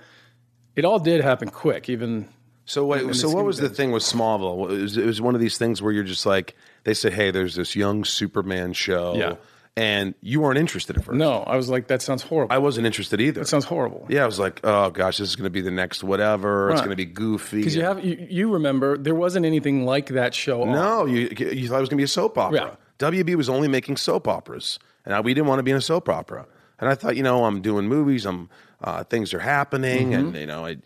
Speaker 3: it all did happen quick. Even
Speaker 2: So wait, so what was the thing with Smallville? It was, it was one of these things where you're just like, they said, "Hey, there's this young Superman show,"
Speaker 3: Yeah.
Speaker 2: and you weren't interested at first.
Speaker 3: no, I was like, "That sounds horrible.
Speaker 2: I wasn't interested either.
Speaker 3: that sounds horrible."
Speaker 2: Yeah, I was like, oh gosh, this is going to be the next whatever. It's
Speaker 3: Right.
Speaker 2: going to be goofy.
Speaker 3: Because you have you, you remember there wasn't anything like that show. on.
Speaker 2: no, you you thought it was going to be a soap opera. WB was only making soap operas, and I, we didn't want to be in a soap opera. And I thought, you know, I'm doing movies. I'm uh, things are happening,
Speaker 3: Mm-hmm.
Speaker 2: and you know, I.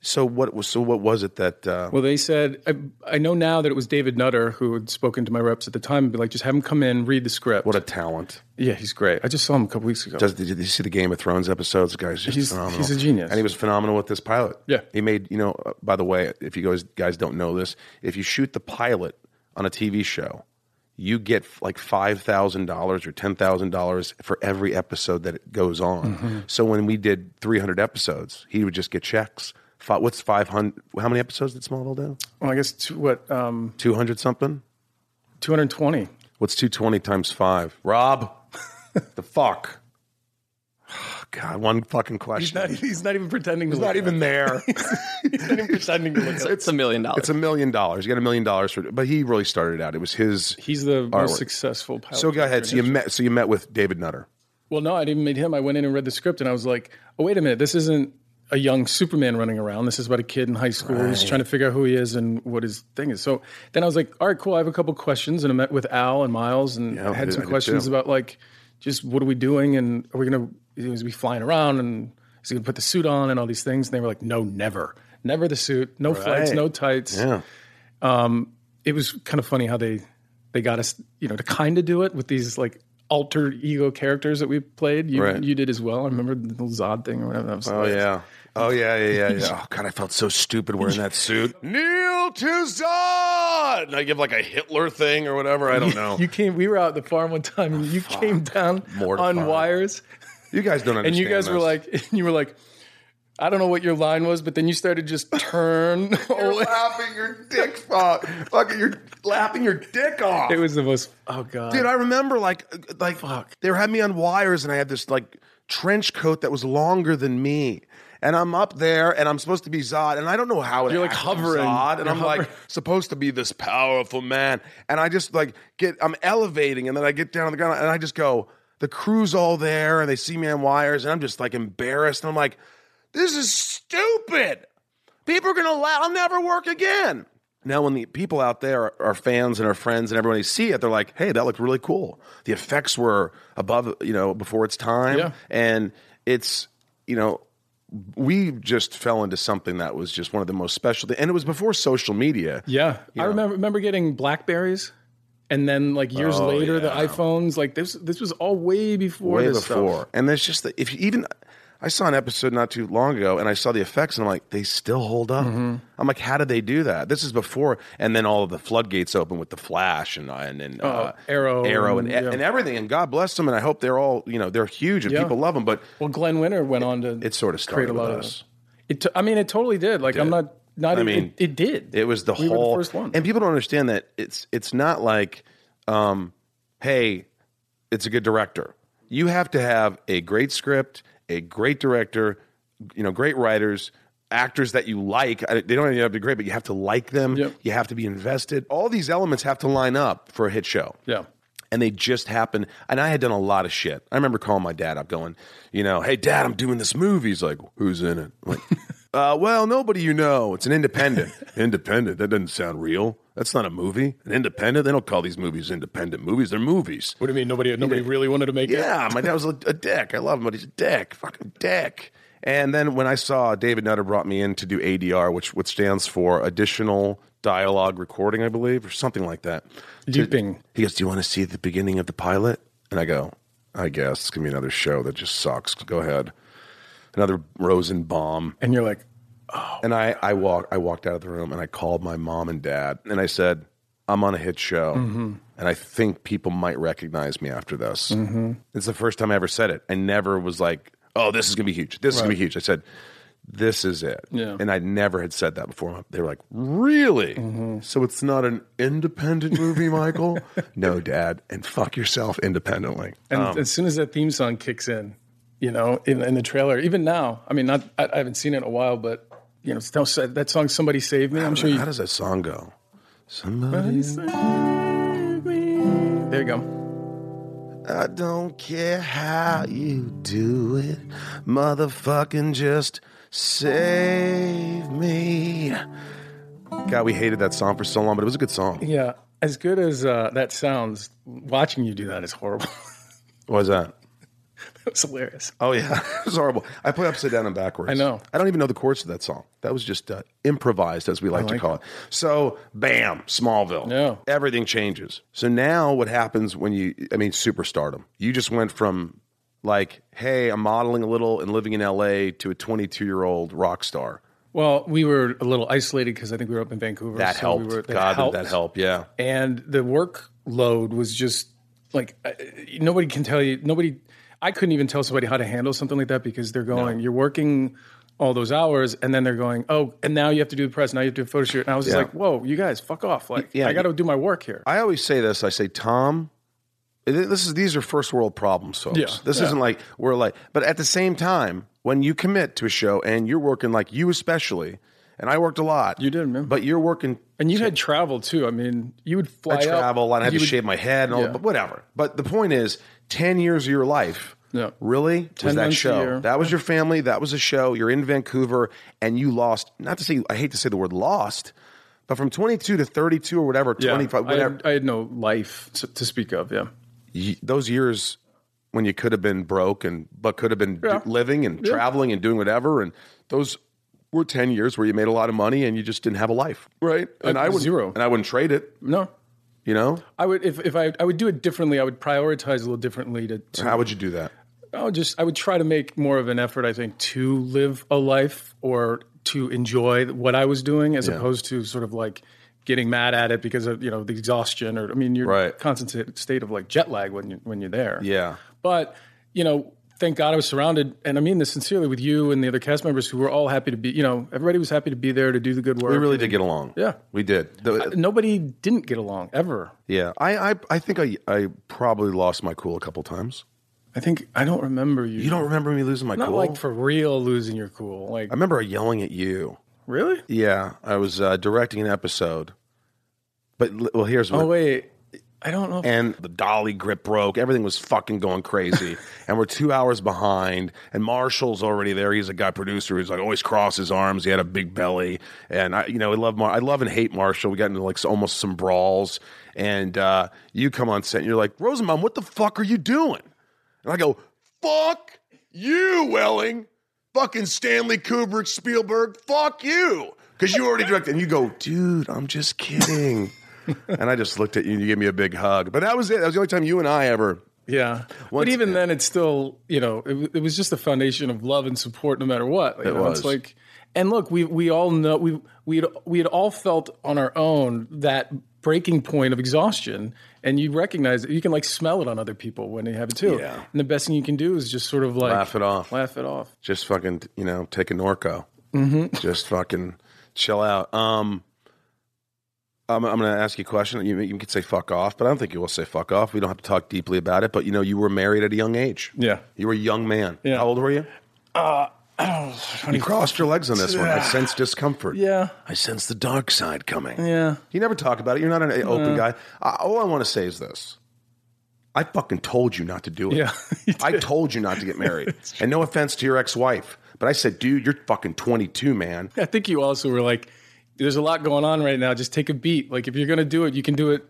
Speaker 2: So what was so what was it that? Uh,
Speaker 3: Well, they said I, I know now that it was David Nutter who had spoken to my reps at the time and be like, just have him come in, read the script.
Speaker 2: what a talent!
Speaker 3: yeah, he's great. I just saw him a couple weeks ago.
Speaker 2: Does, did you see the Game of Thrones episodes? The guy's just
Speaker 3: He's-
Speaker 2: phenomenal.
Speaker 3: he's a genius.
Speaker 2: and he was phenomenal with this pilot.
Speaker 3: Yeah.
Speaker 2: he made you know. uh, By the way, if you guys guys don't know this, if you shoot the pilot on a TV show, you get f- like five thousand dollars or ten thousand dollars for every episode that it goes on.
Speaker 3: Mm-hmm.
Speaker 2: So when we did three hundred episodes, he would just get checks. Fi- What's five hundred? How many episodes did Smallville do?
Speaker 3: well, I guess two, what um,
Speaker 2: Two hundred something.
Speaker 3: two hundred twenty.
Speaker 2: What's 220 times 5? Rob, the fuck? God, one fucking question.
Speaker 3: He's not even pretending. He's
Speaker 2: not even there.
Speaker 3: He's not even pretending to look.
Speaker 4: It's a million dollars.
Speaker 2: it's a million dollars. You got a million dollars for it, but he really started it out. It was his.
Speaker 3: He's the
Speaker 2: Artwork.
Speaker 3: most successful pilot.
Speaker 2: So go ahead. So you met. So you met with David Nutter.
Speaker 3: Well, no, I didn't meet him. I went in and read the script, and I was like, "Oh, wait a minute! This isn't a young Superman running around. This is about a kid in high school who's trying to figure out who he is and what his thing is." So then I was like, "All right, cool. I have a couple questions." And I met with Al and Miles, and
Speaker 2: Yeah,
Speaker 3: I
Speaker 2: I
Speaker 3: had
Speaker 2: did-
Speaker 3: some
Speaker 2: I did
Speaker 3: questions
Speaker 2: too.
Speaker 3: about like, just what are we doing, and are we gonna is we flying around, and is he gonna put the suit on, and all these things? And they were like, "No, never, never the suit, no flights,
Speaker 2: Right.
Speaker 3: no tights."
Speaker 2: Yeah.
Speaker 3: it was kind of funny how they they got us you know to kind of do it with these like alter ego characters that we played. You,
Speaker 2: Right.
Speaker 3: you did as well. I remember the little Zod thing or whatever. That was
Speaker 2: Oh yeah. Oh yeah, yeah, yeah, yeah. Oh god, I felt so stupid wearing that suit. Kneel to Zod. And I give like a Hitler thing or whatever. I don't know.
Speaker 3: You came. We were out at the farm one time, and you came down
Speaker 2: Mortified.
Speaker 3: on wires,
Speaker 2: You guys don't understand.
Speaker 3: and you guys were
Speaker 2: this.
Speaker 3: like, you were like, I don't know what your line was, but then you started just turn.
Speaker 2: You're lapping your dick off. Fucking, you're lapping your dick off.
Speaker 3: it was the most. Oh god.
Speaker 2: Dude, I remember like like they were having me on wires and I had this like trench coat that was longer than me. And I'm up there and I'm supposed to be Zod and I don't know how it
Speaker 3: You're, like,
Speaker 2: happened. I'm
Speaker 3: hovering.
Speaker 2: Zod, and
Speaker 3: You're
Speaker 2: I'm like
Speaker 3: hovering.
Speaker 2: supposed to be this powerful man and I just like get I'm elevating and then I get down on the ground and I just go the crew's all there and they see me on wires and I'm just like embarrassed and I'm like this is stupid. People are going to laugh. I'll never work again. Now, when the people out there are, are fans and our friends and everybody see it, they're like, "Hey, that looked really cool. The effects were above, you know, before its time,
Speaker 3: Yeah.
Speaker 2: and it's, you know, we just fell into something that was just one of the most special. And it was before social media.
Speaker 3: Yeah, I remember remember getting Blackberries, and then like years later the iPhones. Like this, this was all way before.
Speaker 2: Oh, way
Speaker 3: this
Speaker 2: before.
Speaker 3: Stuff.
Speaker 2: And there's just the, if you even I saw an episode not too long ago, and I saw the effects, and I'm like, they still hold up.
Speaker 3: Mm-hmm.
Speaker 2: I'm like, how did they do that? This is before, and then all of the floodgates open with the Flash and and, and uh,
Speaker 3: Arrow
Speaker 2: Arrow, and E-
Speaker 3: and- Oh, yeah.
Speaker 2: and everything. And God bless them, and I hope they're all you know they're huge and
Speaker 3: Yeah.
Speaker 2: people love them. But
Speaker 3: Well, Glenn Winter went on to
Speaker 2: it sort of started
Speaker 3: create a lot
Speaker 2: with
Speaker 3: of.
Speaker 2: us.
Speaker 3: It. t- I mean, it totally did. Like I'm not. Not.
Speaker 2: I
Speaker 3: I
Speaker 2: mean,
Speaker 3: mean, it, it did.
Speaker 2: It was the
Speaker 3: We were the
Speaker 2: whole
Speaker 3: first one.
Speaker 2: And people don't understand that it's it's not like um, hey, it's a good director. You have to have a great script, a great director, you know, great writers, actors that you like. I- They don't even have to be great, but you have to like them.
Speaker 3: Yep.
Speaker 2: You have to be invested. All these elements have to line up for a hit show
Speaker 3: yeah.
Speaker 2: and they just happened. And I had done a lot of shit. I remember calling my dad up, going, you know, hey dad, I'm doing this movie. He's like, who's in it? I'm like, uh, well, nobody you know. It's an independent. independent? That doesn't sound real. That's not a movie. An independent? They don't call these movies independent movies. They're movies.
Speaker 3: What do you mean? Nobody. Nobody really wanted to make it.
Speaker 2: Yeah, my dad was a, a dick. I love him, but he's a dick, fucking dick. And then when I saw David Nutter brought me in to do ADR, which which stands for Additional Dialogue Recording, I believe, or something like that.
Speaker 3: Looping.
Speaker 2: He goes, "Do you want to see the beginning of the pilot?" And I go, "I guess it's gonna be another show that just sucks. Go ahead, another Rosenbaum."
Speaker 3: And you're like,
Speaker 2: And I, I walk, I walked out of the room and I called my mom and dad and I said, "I'm on a hit show,
Speaker 3: Mm-hmm.
Speaker 2: and I think people might recognize me after this."
Speaker 3: Mm-hmm.
Speaker 2: It's the first time I ever said it. I never was like, "Oh, this is gonna be huge. This is gonna be huge." I said. This is it.
Speaker 3: Yeah.
Speaker 2: And I never had said that before. They were like, Really?
Speaker 3: Mm-hmm.
Speaker 2: So it's not an independent movie, Michael? no, Dad. And fuck yourself independently.
Speaker 3: And as soon as that theme song kicks in, you know, in, in the trailer, even now, I mean, not I, I haven't seen it in a while, but you know, still, said- that song "Somebody Save Me." I'm sure you.
Speaker 2: How does that song go? Somebody
Speaker 3: There you go.
Speaker 2: I don't care how you do it, motherfucking just save me. God, we hated that song for so long, but it was a good song.
Speaker 3: Yeah, as good as uh, that sounds, watching you do that is horrible.
Speaker 2: What was that?
Speaker 3: that was hilarious.
Speaker 2: Oh yeah, it was horrible. I play upside down and backwards.
Speaker 3: I know.
Speaker 2: I don't even know the chords to that song. That was just uh, improvised, as we like, to
Speaker 3: like
Speaker 2: call it. So, bam, Smallville.
Speaker 3: Yeah.
Speaker 2: everything changes. So now, what happens when you? I mean, superstardom. You just went from like, hey, I'm modeling a little and living in L.A. to a 22 year old rock star.
Speaker 3: Well, we were a little isolated because I think we were up in Vancouver.
Speaker 2: That
Speaker 3: so
Speaker 2: helped.
Speaker 3: We were,
Speaker 2: God, did that help? Yeah.
Speaker 3: and the workload was just like I- nobody can tell you nobody i couldn't even tell somebody how to handle something like that because they're going you're working all those hours and then they're going oh and now you have to do the press now you have to do a photo shoot and i was just
Speaker 2: Yeah.
Speaker 3: like whoa you guys fuck off like
Speaker 2: yeah,
Speaker 3: i gotta do my work here
Speaker 2: I always say this. I say, Tom, this is these are first world problems, folks.
Speaker 3: Yeah.
Speaker 2: This
Speaker 3: Yeah.
Speaker 2: isn't like we're like, but at the same time, when you commit to a show and you're working like you especially, and I worked a lot.
Speaker 3: You did, man.
Speaker 2: But you're working.
Speaker 3: and you had travel too i mean you would fly
Speaker 2: I
Speaker 3: up,
Speaker 2: travel a lot. I had
Speaker 3: you
Speaker 2: to
Speaker 3: would-
Speaker 2: shave my head and all,
Speaker 3: Yeah.
Speaker 2: but whatever. But the point is, ten years of your life.
Speaker 3: Yeah.
Speaker 2: Really? Was
Speaker 3: 10
Speaker 2: that
Speaker 3: months a
Speaker 2: show?
Speaker 3: year.
Speaker 2: That was your family. That was a show. You're in Vancouver and you lost. Not to say I hate to say the word lost, but from 22 to 32 or whatever,
Speaker 3: yeah.
Speaker 2: 25,
Speaker 3: I,
Speaker 2: whatever.
Speaker 3: had, I had no life to, to speak of yeah
Speaker 2: y- those years when you could have been broke and but could have been do-
Speaker 3: Yeah.
Speaker 2: living and traveling and doing whatever and those were 10 years where you made a lot of money and you just didn't have a life right and i would
Speaker 3: zero.
Speaker 2: and i wouldn't trade it
Speaker 3: no
Speaker 2: You know,
Speaker 3: I would if, if I I would do it differently. I would prioritize a little differently to, to
Speaker 2: how would you do that?
Speaker 3: I would just I would try to make more of an effort. I think to live a life or to enjoy what I was doing, as opposed to sort of like getting mad at it because of you know the exhaustion or I mean your
Speaker 2: Right.
Speaker 3: constant state of like jet lag when you when you're there.
Speaker 2: Yeah.
Speaker 3: But you know, thank God I was surrounded, and I mean this sincerely, with you and the other cast members who were all happy to be. You know, everybody was happy to be there to do the good work.
Speaker 2: We really did get along.
Speaker 3: Yeah.
Speaker 2: we did. The-
Speaker 3: Nobody didn't get along ever.
Speaker 2: yeah, I, I, I think I, I probably lost my cool a couple times.
Speaker 3: I think I don't remember you.
Speaker 2: You don't remember me losing my
Speaker 3: not
Speaker 2: cool?
Speaker 3: like for real losing your cool. Like
Speaker 2: I remember yelling at you.
Speaker 3: really?
Speaker 2: Yeah, I was uh, directing an episode, but l- well, here's what.
Speaker 3: Oh wait, I don't know. If,
Speaker 2: and the dolly grip broke. Everything was fucking going crazy. and we're two hours behind. And Marshall's already there. He's a guy producer who's like always crossed his arms. He had a big belly. And I, you know, I love Mar- I love and hate Marshall. We got into like s- almost some brawls. And uh, you come on set and you're like, Rosenbaum, what the fuck are you doing? And I go, fuck you, Welling. Fucking Stanley Kubrick, Spielberg, fuck you. Because you already directed. And you go, dude, I'm just kidding. and I just looked at you and you gave me a big hug. But that was it. That was the only time you and I ever.
Speaker 3: yeah, but
Speaker 2: Once-
Speaker 3: even then, it's still you know it, w- it was just the foundation of love and support, no matter what. You
Speaker 2: It
Speaker 3: know,
Speaker 2: was.
Speaker 3: It's like, and look, we we all know we we had, we had all felt on our own that breaking point of exhaustion, and you recognize it. You can like smell it on other people when they have it too.
Speaker 2: Yeah.
Speaker 3: And the best thing you can do is just sort of like
Speaker 2: Laugh it off.
Speaker 3: Laugh it off.
Speaker 2: Just fucking, you know, take a Norco.
Speaker 3: Mm-hmm.
Speaker 2: Just fucking chill out. Um, I'm, I'm going to ask you a question. You, you can say fuck off, but I don't think you will say fuck off. We don't have to talk deeply about it. But, you know, you were married at a young age.
Speaker 3: Yeah.
Speaker 2: You were a young man.
Speaker 3: Yeah.
Speaker 2: How old were you? You crossed your legs on this one. I sense discomfort.
Speaker 3: Yeah.
Speaker 2: I sense the dark side coming.
Speaker 3: Yeah.
Speaker 2: You never talk about it. You're not an open guy. I, all I want to say is this. I fucking told you not to do it.
Speaker 3: Yeah, you
Speaker 2: I told you not to get married. and no offense to your ex-wife, but I said, dude, you're fucking 22, man.
Speaker 3: I think you also were like, there's a lot going on right now. Just take a beat. Like, if you're going to do it, you can do it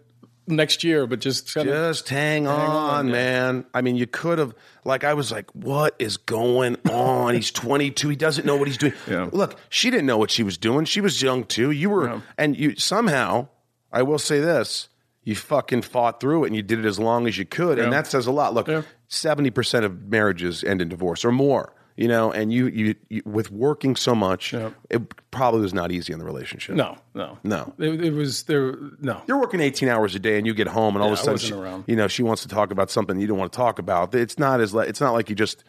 Speaker 3: next year, but just kind of.
Speaker 2: Just hang, on, man. I mean, you could have. Like, I was like, what is going on? he's 22. He doesn't know what he's doing.
Speaker 3: Yeah.
Speaker 2: Look, she didn't know what she was doing. She was young too. You were, and you somehow, I will say this, you fucking fought through it and you did it as long as you could, and that says a lot. Look, seventy percent of marriages end in divorce or more. You know, and you, you, you with working so much, it probably was not easy in the relationship.
Speaker 3: No, no.
Speaker 2: No.
Speaker 3: It, it was there. No.
Speaker 2: You're working 18 hours a day and you get home and all of a
Speaker 3: I
Speaker 2: sudden
Speaker 3: wasn't
Speaker 2: she-
Speaker 3: around.
Speaker 2: you know she wants to talk about something you don't want to talk about. It's not as like it's not like you just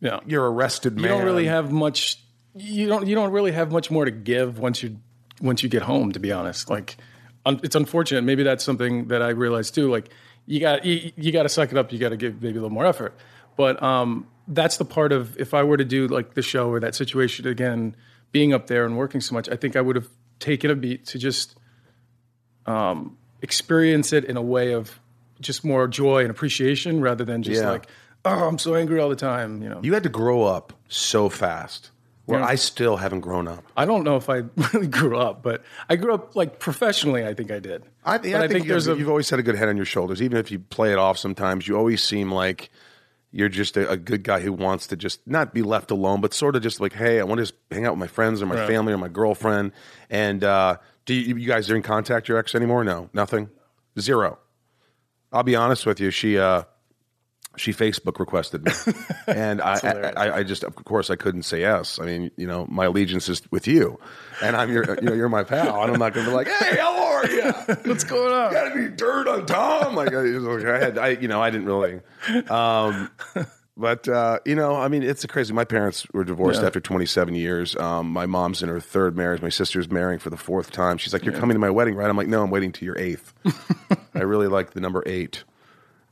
Speaker 3: Yeah. You
Speaker 2: you're arrested man.
Speaker 3: don't really have much. You don't. You don't really have much more to give once you once you get home. To be honest, like un, it's unfortunate. Maybe that's something that I realized too. Like you got you, you got to suck it up. You got to give maybe a little more effort. But um, that's the part of if I were to do like the show or that situation again, being up there and working so much, I think I would have taken a beat to just um, experience it in a way of just more joy and appreciation rather than just
Speaker 2: Yeah.
Speaker 3: like oh i'm so angry all the time you know
Speaker 2: You had to grow up so fast. Where I still haven't grown up.
Speaker 3: i don't know if i really grew up but i grew up like professionally i think i did
Speaker 2: I,
Speaker 3: but
Speaker 2: think I, think, you, there's you've always had a good head on your shoulders, even if you play it off. Sometimes you always seem like you're just a, a good guy who wants to just not be left alone, but sort of just like, hey, I want to just hang out with my friends or my family or my girlfriend. And uh, do you, you guys are in contact your ex anymore? No, nothing, zero. I'll be honest with you. She uh, she Facebook requested me, and I, I, I, I just, of course, I couldn't say yes. I mean, you know, my allegiance is with you, and I'm your, you know, you're my pal, and I'm not going to be like, hey, how are you?
Speaker 3: what's going on
Speaker 2: got any dirt on Tom? Like I, like, I had, I you know, I didn't really. Um, but uh, you know, I mean, it's a crazy. My parents were divorced after 27 years. Um, my mom's in her third marriage. My sister's marrying for the fourth time. She's like, "You're coming to my wedding, right?" I'm like, "No, I'm waiting till your eighth. I really like the number eight.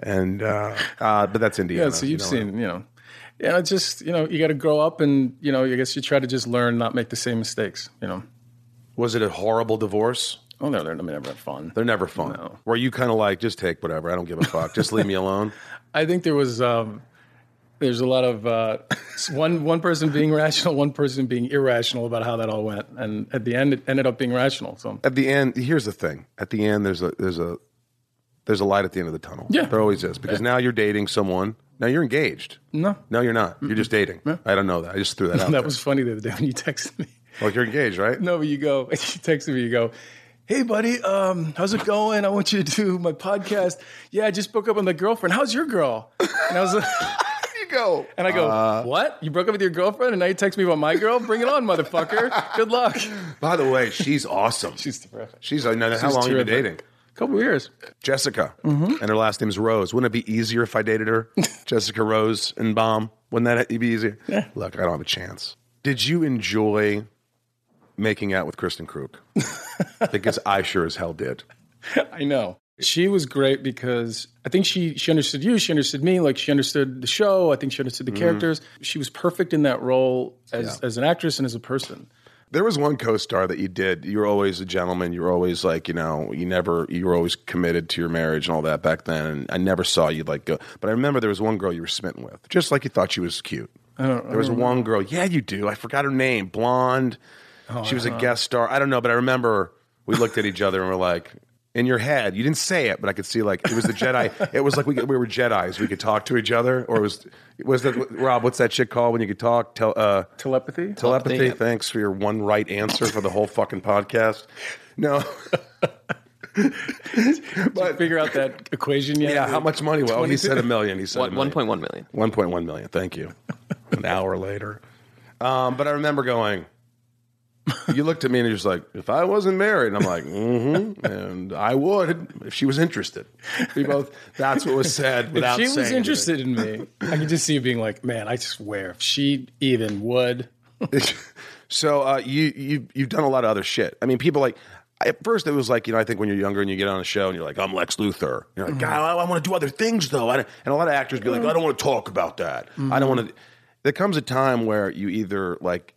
Speaker 2: And uh, uh, but that's Indiana.
Speaker 3: yeah so
Speaker 2: you
Speaker 3: you've
Speaker 2: know.
Speaker 3: seen you know yeah it's just you know you got to grow up and you know i guess you try to just learn not make the same mistakes you know
Speaker 2: Was it a horrible divorce?
Speaker 3: oh no they're I mean, never had fun
Speaker 2: They're never fun. Were you kind of like, just take whatever. I don't give a fuck. Just leave me alone.
Speaker 3: I think there was um, there's a lot of uh, one one person being rational, one person being irrational about how that all went, and at the end it ended up being rational. So
Speaker 2: at the end here's the thing at the end there's a there's a there's a light at the end of the tunnel
Speaker 3: Yeah.
Speaker 2: there always is because now you're dating someone now you're engaged
Speaker 3: no,
Speaker 2: no you're not you're just dating i don't know that i just threw that out
Speaker 3: that was funny the other day when you texted me.
Speaker 2: there. like you're engaged right
Speaker 3: No, but you go, you texted me, you go, hey buddy, um, how's it going? I want you to do my podcast. Yeah, I just broke up with my girlfriend. How's your girl? And I was like,
Speaker 1: You go.
Speaker 3: and I
Speaker 2: Uh,
Speaker 3: go, what? You broke up with your girlfriend, and now you text me about my girl? Bring it on, motherfucker. Good luck.
Speaker 2: By the way, she's awesome.
Speaker 3: She's terrific.
Speaker 2: She's I know how
Speaker 3: She's
Speaker 2: long you been
Speaker 3: terrific. Mm-hmm.
Speaker 2: dating?
Speaker 3: Couple years.
Speaker 2: Jessica, and her last name's Rose. Wouldn't it be easier if I dated her, Jessica Rose and Bomb? Wouldn't that be easier?
Speaker 3: Yeah.
Speaker 2: Look, I don't have a chance. Did you enjoy making out with Kristen Krug? because I sure as hell did.
Speaker 3: I know. She was great because I think she she understood you, she understood me, like she understood the show. I think she understood the characters. She was perfect in that role as as an actress and as a person.
Speaker 2: There was one co-star that you did. You were always a gentleman. You were always like, you know, you never, you were always committed to your marriage and all that back then. And I never saw you like go. But I remember there was one girl you were smitten with, just like you thought she was cute. there was one girl. Yeah, you do. I forgot her name. Blonde. she was a guest star. I don't know, but I remember we looked at each other and we're like, in your head, you didn't say it, but I could see like it was the Jedi. it was like we, could- we were Jedi's. We could talk to each other, or it was was that Rob? What's that shit called when you could talk? Tell. Uh,
Speaker 3: Telepathy?
Speaker 2: Telepathy, thanks for your one right answer for the whole fucking podcast. No. but
Speaker 3: Figure out that equation yet?
Speaker 2: yeah, how much money? Well, he said a million. He said
Speaker 4: One-
Speaker 2: a million.
Speaker 4: 1.1 million.
Speaker 2: 1.1 million. Thank you. An hour later. Um, but I remember going, you looked at me and you're just like, if I wasn't married, and I'm like, mm-hmm, and I would if she was interested. We both, that's what was said
Speaker 3: If
Speaker 2: without
Speaker 3: she
Speaker 2: saying
Speaker 3: was
Speaker 2: anything.
Speaker 3: interested in me. I could just see you being like, man, I swear, if she even would.
Speaker 2: so uh, you you you've done a lot of other shit. I mean, people like at first it was like you know I think when you're younger and you get on a show and you're like I'm Lex Luthor. You're
Speaker 3: Mm-hmm.
Speaker 2: like God, I, want to do other things though. I, don't-" and a lot of actors be like I don't want to talk about that. I don't want to. There comes a time where you either like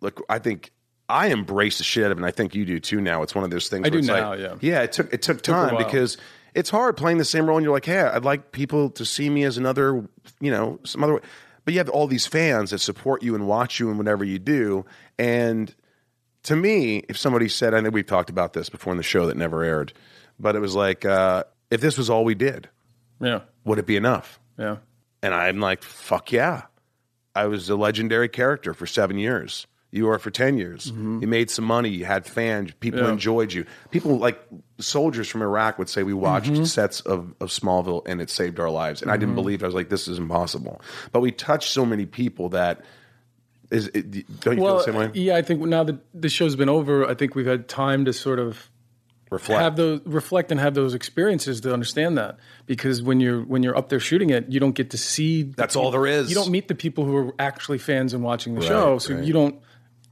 Speaker 2: look. I think. I embrace the shit out of it, and I think you do too. Now it's one of those things. I
Speaker 3: do
Speaker 2: it's
Speaker 3: now,
Speaker 2: Like,
Speaker 3: yeah.
Speaker 2: yeah, it took it took time
Speaker 3: while.
Speaker 2: because it's hard playing the same role, and you're like, hey, I'd like people to see me as another, you know, some other. way. But you have all these fans that support you and watch you and whatever you do. And to me, if somebody said, I know we've talked about this before in the show that never aired, but it was like, uh, if this was all we did,
Speaker 3: Yeah.
Speaker 2: would it be enough?
Speaker 3: Yeah.
Speaker 2: And I'm like, fuck yeah. I was a legendary character for seven years. You were for 10 years.
Speaker 3: Mm-hmm.
Speaker 2: You made some money. You had fans. People enjoyed you. People like soldiers from Iraq would say, We watched
Speaker 3: Mm-hmm.
Speaker 2: sets of, of Smallville and it saved our lives. And I didn't believe it. I was like, This is impossible. But we touched so many people that is, it, don't you feel the
Speaker 3: Well,
Speaker 2: same way?
Speaker 3: yeah, I think now that the show's been over, I think we've had time to sort of
Speaker 2: Reflect.
Speaker 3: have those reflect and have those experiences to understand that because when you're when you're up there shooting it you don't get to see the
Speaker 2: That's
Speaker 3: peop-
Speaker 2: all there is.
Speaker 3: you don't meet the people who are actually fans and watching the show so
Speaker 2: right.
Speaker 3: you don't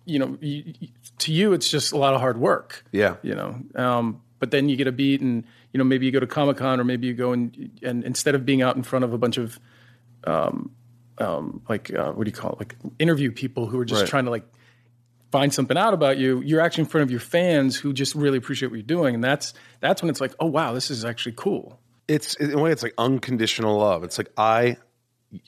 Speaker 3: you know you, you- to you it's just a lot of hard work
Speaker 2: Yeah.
Speaker 3: you know um, but then you get a beat and you know maybe you go to comic-con or maybe you go and and instead of being out in front of a bunch of um, um, like uh, what do you call it like interview people who are just
Speaker 2: Right.
Speaker 3: trying to like find something out about you, you're actually in front of your fans who just really appreciate what you're doing, and that's that's when it's like, oh wow, this is actually cool.
Speaker 2: it's in a way it's like unconditional love it's like i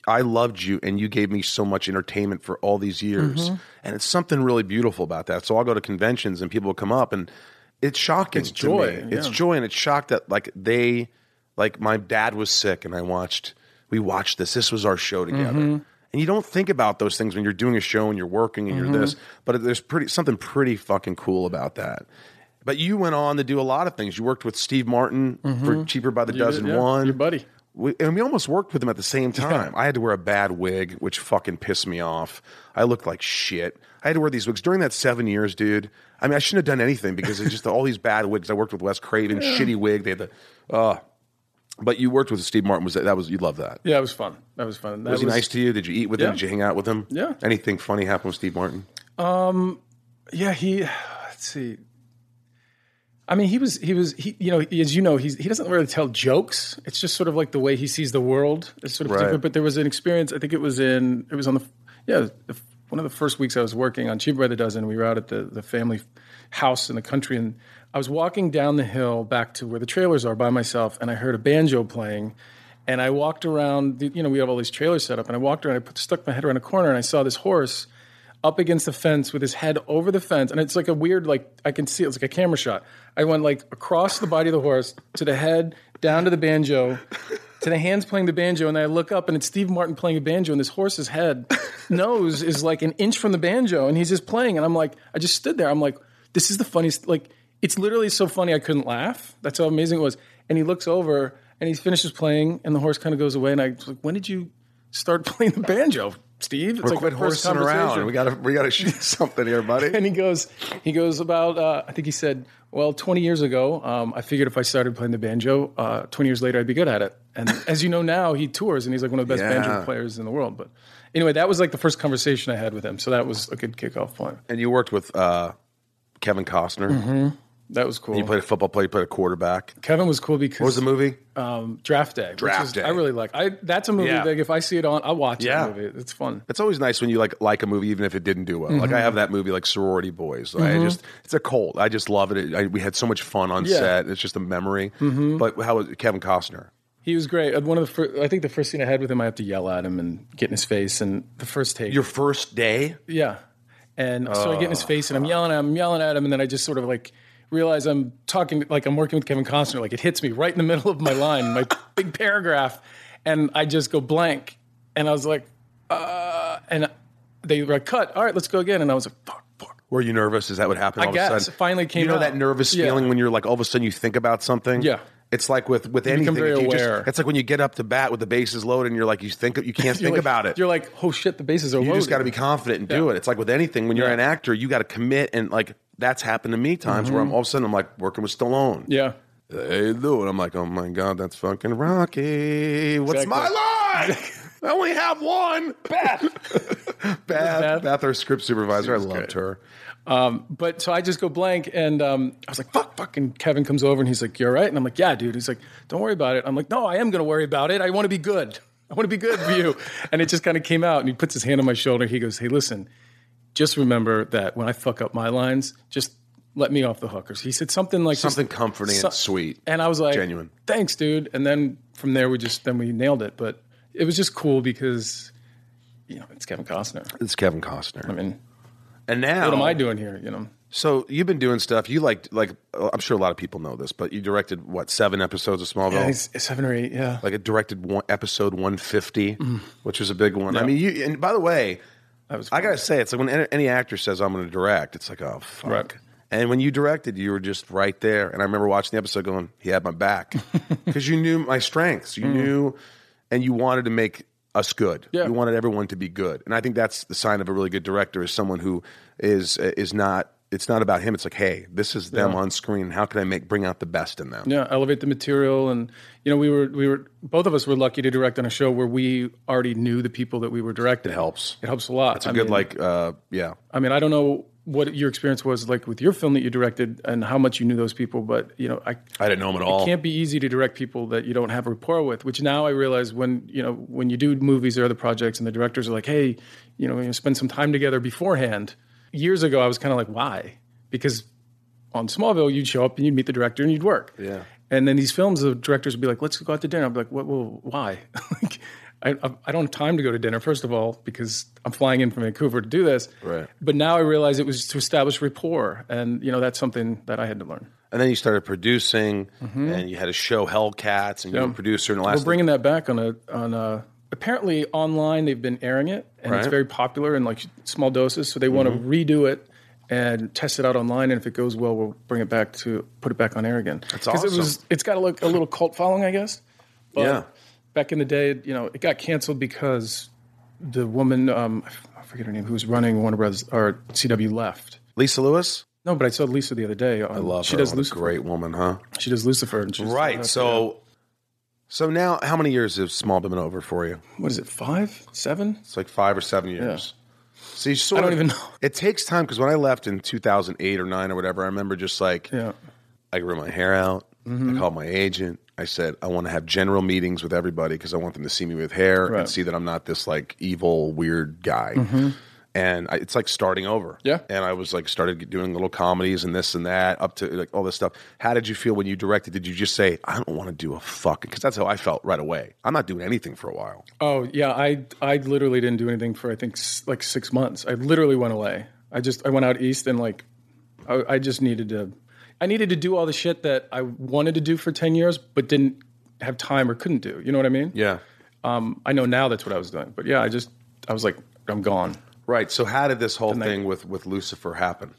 Speaker 2: i loved you and you gave me so much entertainment for all these years
Speaker 3: Mm-hmm.
Speaker 2: and it's something really beautiful about that so i'll go to conventions and people will come up and it's shocking it's
Speaker 3: joy,
Speaker 2: it's
Speaker 3: yeah.
Speaker 2: joy and it's shocked that like they like my dad was sick and i watched we watched this this was our show together
Speaker 3: Mm-hmm.
Speaker 2: and you don't think about those things when you're doing a show and you're working and
Speaker 3: Mm-hmm.
Speaker 2: you're this but there's pretty something pretty fucking cool about that but you went on to do a lot of things. You worked with Steve Martin for Cheaper by the Dozen
Speaker 3: Mm-hmm. yeah,
Speaker 2: One.
Speaker 3: your buddy.
Speaker 2: We, and we almost worked with him at the same time. I had to wear a bad wig, which fucking pissed me off. I looked like shit. I had to wear these wigs during that seven years, dude. I mean, I shouldn't have done anything because it's just all these bad wigs. I worked with Wes Craven, shitty wig. They had the, uh, but you worked with Steve Martin. Was that, that was you love that?
Speaker 3: Yeah, it was fun. That was fun. That
Speaker 2: Was he nice to you? Did you eat with him?
Speaker 3: Yeah.
Speaker 2: Did you hang out with him?
Speaker 3: Yeah.
Speaker 2: Anything funny happened with Steve Martin?
Speaker 3: Yeah, he. Let's see. I mean, he was he was he. You know, as you know, he's, he doesn't really tell jokes. It's just sort of like the way he sees the world. It's sort of
Speaker 2: Right.
Speaker 3: different. But there was an experience. I think it was in it was on the yeah it was the, one of the first weeks I was working on Cheaper by the Dozen. We were out at the the family house in the country, and I was walking down the hill back to where the trailers are by myself, and I heard a banjo playing. And I walked around. the- You know, we have all these trailers set up, and I walked around. I put, stuck my head around a corner, and I saw this horse up against the fence with his head over the fence, and it's like a weird, like I can see it, it's like a camera shot. I went like across the body of the horse to the head, down to the banjo, to the hands playing the banjo, and I look up and it's Steve Martin playing a banjo, and this horse's head nose is like an inch from the banjo, and he's just playing, and I'm like, I just stood there, I'm like, this is the funniest, like. it's literally so funny I couldn't laugh. That's how amazing it was. And he looks over and he finishes playing, and the horse kind of goes away. And I was like, when did you start playing the banjo, Steve? It's
Speaker 2: We're
Speaker 3: like
Speaker 2: quit
Speaker 3: the first
Speaker 2: horsing around.
Speaker 3: conversation.
Speaker 2: We gotta we gotta shoot something here, buddy.
Speaker 3: and he goes, he goes about. Uh, I think he said, "Well, 20 years ago, um, I figured if I started playing the banjo, uh, 20 years later, I'd be good at it." And as you know now, he tours and he's like one of the best
Speaker 2: Yeah.
Speaker 3: banjo players in the world. But anyway, that was like the first conversation I had with him, so that was a good kickoff point.
Speaker 2: And you worked with uh, Kevin Costner.
Speaker 3: Mm-hmm. That was cool.
Speaker 2: You played a football player. You played a quarterback. What
Speaker 3: Kevin was cool because
Speaker 2: was the movie?
Speaker 3: um, Draft Day. which
Speaker 2: Draft
Speaker 3: is-
Speaker 2: Day.
Speaker 3: I really like. I that's a movie
Speaker 2: Yeah.
Speaker 3: that if I see it on, I'll watch
Speaker 2: Yeah.
Speaker 3: that movie. It's fun.
Speaker 2: It's always nice when you like like a movie even if it didn't do well. Like I
Speaker 3: Mm-hmm.
Speaker 2: have that movie like Sorority Boys. I just it's a cult. I just love it. it I, we had so much fun on
Speaker 3: Yeah. Mm-hmm.
Speaker 2: set. It's just a memory. But how was Kevin Costner?
Speaker 3: He was great. Uh, One of the fir- I think the first scene I had with him, I have to yell at him and get in his face. And the first take,
Speaker 2: Your first day?
Speaker 3: yeah. And so I get in
Speaker 2: Oh.
Speaker 3: his face and I'm yelling at him, I'm yelling at him, and then I just sort of like realize I'm talking like I'm working with Kevin Costner. Like it hits me right in the middle of my line, my big paragraph, and I just go blank. And I was like, uh, and they were like, cut. All right, let's go again. And I was like, fuck, fuck.
Speaker 2: Were you nervous? Is that what happened?
Speaker 3: I
Speaker 2: all
Speaker 3: guess.
Speaker 2: of a sudden,
Speaker 3: It finally came
Speaker 2: You know
Speaker 3: out.
Speaker 2: that nervous
Speaker 3: Yeah.
Speaker 2: feeling when you're like all of a sudden you think about something.
Speaker 3: Yeah.
Speaker 2: It's like with with anything.
Speaker 3: become very
Speaker 2: if you just-
Speaker 3: aware.
Speaker 2: it's like when you get up to bat with the bases loaded and you're like you think you can't
Speaker 3: You're
Speaker 2: think
Speaker 3: like-
Speaker 2: about it.
Speaker 3: You're like, oh shit, the bases are
Speaker 2: you
Speaker 3: loaded.
Speaker 2: just got to be confident and do
Speaker 3: Yeah.
Speaker 2: it. It's like with anything when you're
Speaker 3: Yeah.
Speaker 2: an actor, you got to commit and like that's happened to me times
Speaker 3: Mm-hmm.
Speaker 2: where I'm all of a sudden I'm like working with Stallone.
Speaker 3: yeah.
Speaker 2: Hey, dude. I'm like, oh my God, that's fucking Rocky. What's
Speaker 3: Exactly.
Speaker 2: my line? I only have one. Beth. Beth. Beth, our script supervisor. I loved her.
Speaker 3: but so I just go blank, and um, I was like, "Fuck, fucking." Kevin comes over and he's like, "You're right," and I'm like, "Yeah, dude." He's like, "Don't worry about it." I'm like, "No, I am gonna worry about it. I want to be good. I want to be good for you." and it just kind of came out, and he puts his hand on my shoulder. He goes, "Hey, listen, just remember that when I fuck up my lines, just let me off the hookers." He said something like just-
Speaker 2: Something comforting
Speaker 3: so-
Speaker 2: and sweet.
Speaker 3: and I was like,
Speaker 2: Genuine.
Speaker 3: Thanks, dude. And then from there, we just then we nailed it. But it was just cool because you know it's Kevin Costner.
Speaker 2: It's Kevin Costner.
Speaker 3: I mean,
Speaker 2: and now,
Speaker 3: what am I doing here? You know.
Speaker 2: so you've been doing stuff. You liked, like, uh, I'm sure a lot of people know this, but you directed what, seven episodes of Smallville?
Speaker 3: I think it's seven or eight, yeah.
Speaker 2: like it directed one, episode 150, which was a big one. I mean, you, and by the way,
Speaker 3: Mm. That was
Speaker 2: I gotta say, it's like when any, any actor says I'm going to direct, it's like, oh fuck.
Speaker 3: Right.
Speaker 2: And when you directed, you were just right there. And I remember watching the episode, going, he had my back because you knew my strengths. You knew, and you wanted to make us good.
Speaker 3: Mm. Yeah.
Speaker 2: You wanted everyone to be good. And I think that's the sign of a really good director is someone who is is not. It's not about him. It's like, hey, this is them on screen. How can I make bring out the best in them?
Speaker 3: yeah elevate the material and you know we were we were both of us were lucky to direct on a show where we already knew the people that we were directing it
Speaker 2: helps.
Speaker 3: it helps a lot it's
Speaker 2: It's a good, like, uh, yeah.
Speaker 3: i mean i don't know what your experience was like with your film that you directed and how much you knew those people but you know i
Speaker 2: I didn't know him at all.
Speaker 3: it can't be easy to direct people that you don't have rapport with which now i realize when you know when you do movies or other projects and the directors are like hey you know, you know spend some time together beforehand years ago i was kind of like why because on smallville you'd show up and you'd meet the director and you'd work yeah and then these films the directors would be like let's go out to dinner i'd be like well, well why like I, I- I don't have time to go to dinner first of all because i'm flying in from vancouver to do this
Speaker 2: Right.
Speaker 3: but now i realize it was to establish rapport and you know that's something that i had to learn
Speaker 2: And then you started producing,
Speaker 3: Mm-hmm.
Speaker 2: and you had a show, Hellcats, and you were a producer. And the last
Speaker 3: We're bringing that back on a on a. Apparently, online they've been airing it, and it's
Speaker 2: Right. Mm-hmm.
Speaker 3: very popular in like small doses. So they want to redo it and test it out online. And if it goes well, we'll bring it back to put it back on air again. That's It
Speaker 2: awesome.
Speaker 3: was, it's got a, like, a little cult following, I guess. But
Speaker 2: Yeah.
Speaker 3: Back in the day, you know, it got canceled because the woman, um, I forget her name, who was running Warner Brothers or CW left.
Speaker 2: Lisa Lewis,
Speaker 3: No, but I saw Lisa the other day. I
Speaker 2: love
Speaker 3: she
Speaker 2: her.
Speaker 3: Does
Speaker 2: What a
Speaker 3: Lucifer.
Speaker 2: great woman, huh?
Speaker 3: She does Lucifer. And she's
Speaker 2: Right. So, so now, how many years has Small been over for you?
Speaker 3: what is it? Five, seven?
Speaker 2: It's like five or seven years. So you sort
Speaker 3: I don't
Speaker 2: of,
Speaker 3: even know.
Speaker 2: It takes time because when I left in 2008 or nine or whatever, I remember just like
Speaker 3: Yeah.
Speaker 2: I grew my hair out.
Speaker 3: Mm-hmm.
Speaker 2: I called my agent. I said, I want to have general meetings with everybody because I want them to see me with hair and
Speaker 3: Right. Mm-hmm.
Speaker 2: see that I'm not this like evil, weird guy. And I, it's like starting over.
Speaker 3: Yeah.
Speaker 2: And I was like, started doing little comedies and this and that, up to like all this stuff. How did you feel when you directed? Did you just say, I don't want to do a fucking, because that's how I felt right away. I'm not doing anything for a while.
Speaker 3: Oh yeah, I I literally didn't do anything for I think s- like six months. I literally went away. I just I went out east and like I, I just needed to I needed to do all the shit that I wanted to do for ten years, but didn't have time or couldn't do. You know what I mean?
Speaker 2: Yeah.
Speaker 3: Um, I know now that's what I was doing, but yeah, I just I was like I'm gone.
Speaker 2: Right. So how did this whole thing with, with Lucifer happen?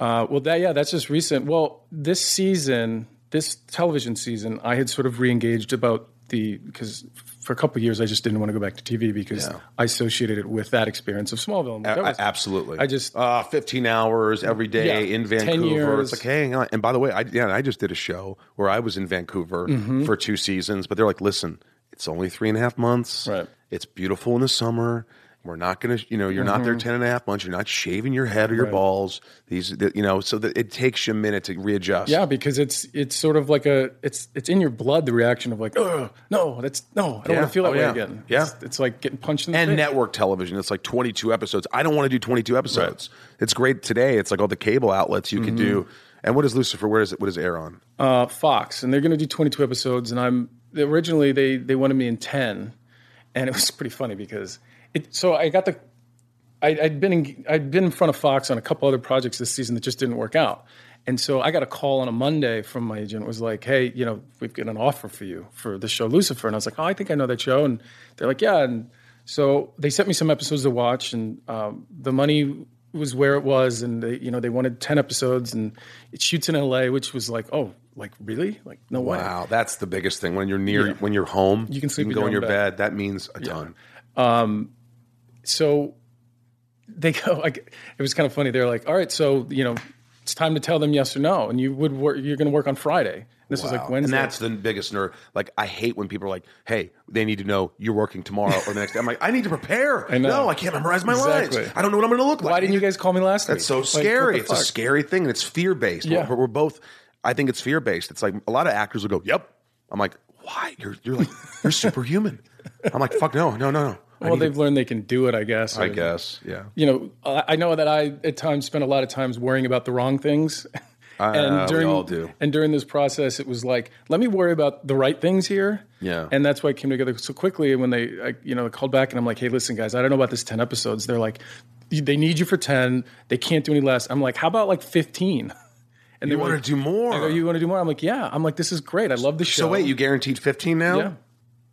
Speaker 3: Uh, well, that yeah, that's just recent. Well, this season, this television season, I had sort of reengaged about the because for a couple of years I just didn't want to go back to TV because I associated it with that experience of Smallville. And that
Speaker 1: A-
Speaker 3: was-
Speaker 1: absolutely.
Speaker 3: I just-
Speaker 1: uh, 15 hours every day
Speaker 3: Yeah.
Speaker 1: in
Speaker 3: 10
Speaker 1: Vancouver.
Speaker 3: years.
Speaker 1: It's like,
Speaker 2: Hey, hang on. And by the way, I, yeah, I just did a show where I was in Vancouver
Speaker 3: Mm-hmm.
Speaker 2: for two seasons, but they're like, listen, it's only three and a half months.
Speaker 3: Right.
Speaker 2: It's beautiful in the summer. We're not going to, you know, you're not
Speaker 3: Mm-hmm.
Speaker 2: there 10 and a half months. You're not shaving your head or your balls. These, the, you know, so that it takes you a minute to readjust.
Speaker 3: Yeah, because it's it's sort of like a it's it's in your blood the reaction of like oh no that's no I don't
Speaker 2: Yeah.
Speaker 3: want to feel that
Speaker 2: Oh,
Speaker 3: way
Speaker 2: yeah.
Speaker 3: again.
Speaker 2: Yeah.
Speaker 3: it's, it's like getting punched in the
Speaker 2: And
Speaker 3: face.
Speaker 2: network television, it's like 22 episodes. I don't want to do 22 episodes. It's great today. It's like all the cable outlets you can
Speaker 3: Mm-hmm.
Speaker 2: do. And what is Lucifer? Where is it? What does it air on?
Speaker 3: uh, Fox, and they're going to do 22 episodes. And I'm originally they they wanted me in 10, and it was pretty funny because it. So I got the, I, I'd been in, I'd been in front of Fox on a couple other projects this season that just didn't work out, and so I got a call on a Monday from my agent. It was like, hey, you know, we've got an offer for you for the show Lucifer, and I was like, oh, I think I know that show, and they're like, yeah, and so they sent me some episodes to watch, and um, the money was where it was, and they, you know they wanted ten episodes, and it shoots in L.A., which was like, oh, like really, like no way.
Speaker 2: Wow, that's the biggest thing. When you're near, when you're home, you
Speaker 3: can sleep in
Speaker 2: go
Speaker 3: your
Speaker 2: in your
Speaker 3: own
Speaker 2: bed. That means a ton.
Speaker 3: So they go, like, it was kind of funny. They're like, all right, so you know it's time to tell them yes or no, and you would work, you're going to work on Friday. This was like
Speaker 2: Wow.
Speaker 3: Wednesday.
Speaker 2: And that's the biggest nerve. Like, I hate when people are like, hey, they need to know you're working tomorrow or the next day. I'm like, I need to prepare.
Speaker 3: know.
Speaker 2: No, I can't memorize my lines.
Speaker 3: Exactly.
Speaker 2: I don't know what I'm going to look like.
Speaker 3: Why didn't you guys call me last
Speaker 2: That's
Speaker 3: week?
Speaker 2: so
Speaker 3: Like, what
Speaker 2: scary.
Speaker 3: the
Speaker 2: it's a
Speaker 3: fuck?
Speaker 2: scary thing. And it's fear based.
Speaker 3: Yeah.
Speaker 2: We're, we're both, I think it's fear based. It's like a lot of actors will go, yep. I'm like, why? You're, you're like, you're superhuman. I'm like, fuck no, no, no, no. I
Speaker 3: Well,
Speaker 2: need to-
Speaker 3: they've learned they can do it, I guess.
Speaker 2: I
Speaker 3: or-
Speaker 2: guess. Yeah.
Speaker 3: you know, I I know that I at times spent a lot of times worrying about the wrong things.
Speaker 2: Ah, we all do.
Speaker 3: And during this process, it was like, let me worry about the right things here.
Speaker 2: Yeah.
Speaker 3: And that's why it came together so quickly. And when they, I, you know, called back and I'm like, hey, listen, guys, I don't know about this 10 episodes. They're like, they need you for 10. They can't do any less. I'm like, how about like 15? And they
Speaker 2: You
Speaker 3: were
Speaker 2: want
Speaker 3: like,
Speaker 2: to do more.
Speaker 3: I go, you want to do more? I'm like, yeah. I'm like, this is great. I love the show.
Speaker 2: So wait, you guaranteed 15 now?
Speaker 3: Yeah.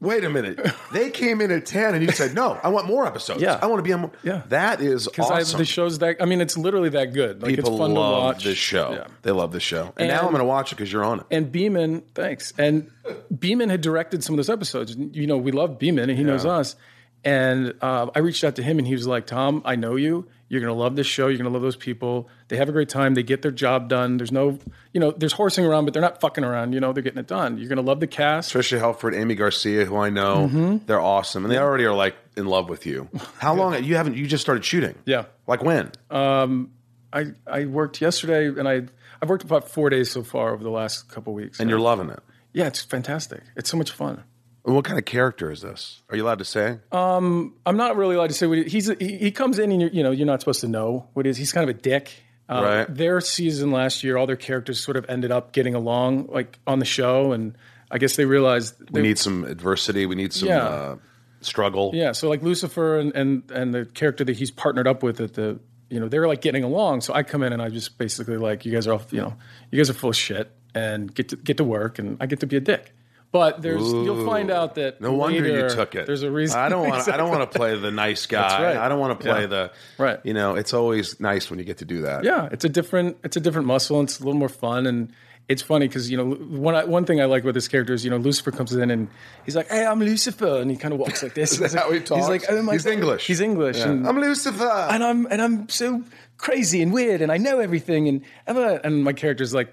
Speaker 2: Wait a minute. They came in at 10 and you said, "No, I want more episodes.
Speaker 3: Yeah.
Speaker 2: I want to be on more."
Speaker 3: Yeah.
Speaker 2: That is
Speaker 3: Because I-
Speaker 2: awesome.
Speaker 3: the show's that, I mean, it's literally that good. Like,
Speaker 2: People
Speaker 3: it's fun
Speaker 2: love
Speaker 3: to watch.
Speaker 2: this show.
Speaker 3: Yeah.
Speaker 2: They love the show. And, now I'm
Speaker 3: And-
Speaker 2: going to watch it cuz you're on it.
Speaker 3: and Beeman, thanks. And Beeman had directed some of those episodes. You know, we love Beeman and he knows us. And uh, I reached out to him and he was like, Tom, I know you. You're going to love this show. You're going to love those people. They have a great time. They get their job done. There's no, you know, there's horsing around, but they're not fucking around. You know, they're getting it done. You're going to love the cast.
Speaker 2: Trisha Helford, Amy Garcia, who I know,
Speaker 3: Mm-hmm.
Speaker 2: they're awesome, and they already are like in love with you. How long you haven't? You just started shooting,
Speaker 3: Yeah.
Speaker 2: Like when?
Speaker 3: I, I worked yesterday and I, I've worked about four days so far over the last couple weeks.
Speaker 2: and you're loving it.
Speaker 3: yeah, it's fantastic. It's so much fun.
Speaker 2: And what kind of character is this? Are you allowed to say?
Speaker 3: Um, I'm not really allowed to say what he, he's. He, he comes in and you're, you know you're not supposed to know what it is. He's kind of a dick. Uh,
Speaker 2: Right.
Speaker 3: Their season last year, all their characters sort of ended up getting along, like on the show, and I guess they realized
Speaker 2: we
Speaker 3: they,
Speaker 2: need some adversity. We need some
Speaker 3: Yeah.
Speaker 2: uh, struggle.
Speaker 3: yeah. So like Lucifer and, and and the character that he's partnered up with at the you know they're like getting along. So I come in and I just basically like you guys are all you know you guys are full of shit and get to get to work and I get to be a dick. But there's you'll find out that
Speaker 2: No wonder
Speaker 3: later
Speaker 2: you took it.
Speaker 3: There's a reason.
Speaker 2: I don't want. I
Speaker 3: Exactly.
Speaker 2: don't want to play the nice guy.
Speaker 3: right.
Speaker 2: I don't want to play
Speaker 3: Yeah.
Speaker 2: the.
Speaker 3: Right.
Speaker 2: You know, it's always nice when you get to do that.
Speaker 3: yeah it's a different it's a different muscle and it's a little more fun and it's funny because you know one one thing I like about this character is you know Lucifer comes in and he's like hey I'm Lucifer and he kind of walks like this
Speaker 2: Is that how he talks?
Speaker 3: he's like oh my
Speaker 2: He's
Speaker 3: God."
Speaker 2: English.
Speaker 3: he's English
Speaker 2: Yeah.
Speaker 3: and
Speaker 2: I'm Lucifer.
Speaker 3: and I'm and I'm so crazy and weird and I know everything and and, uh, and my character's like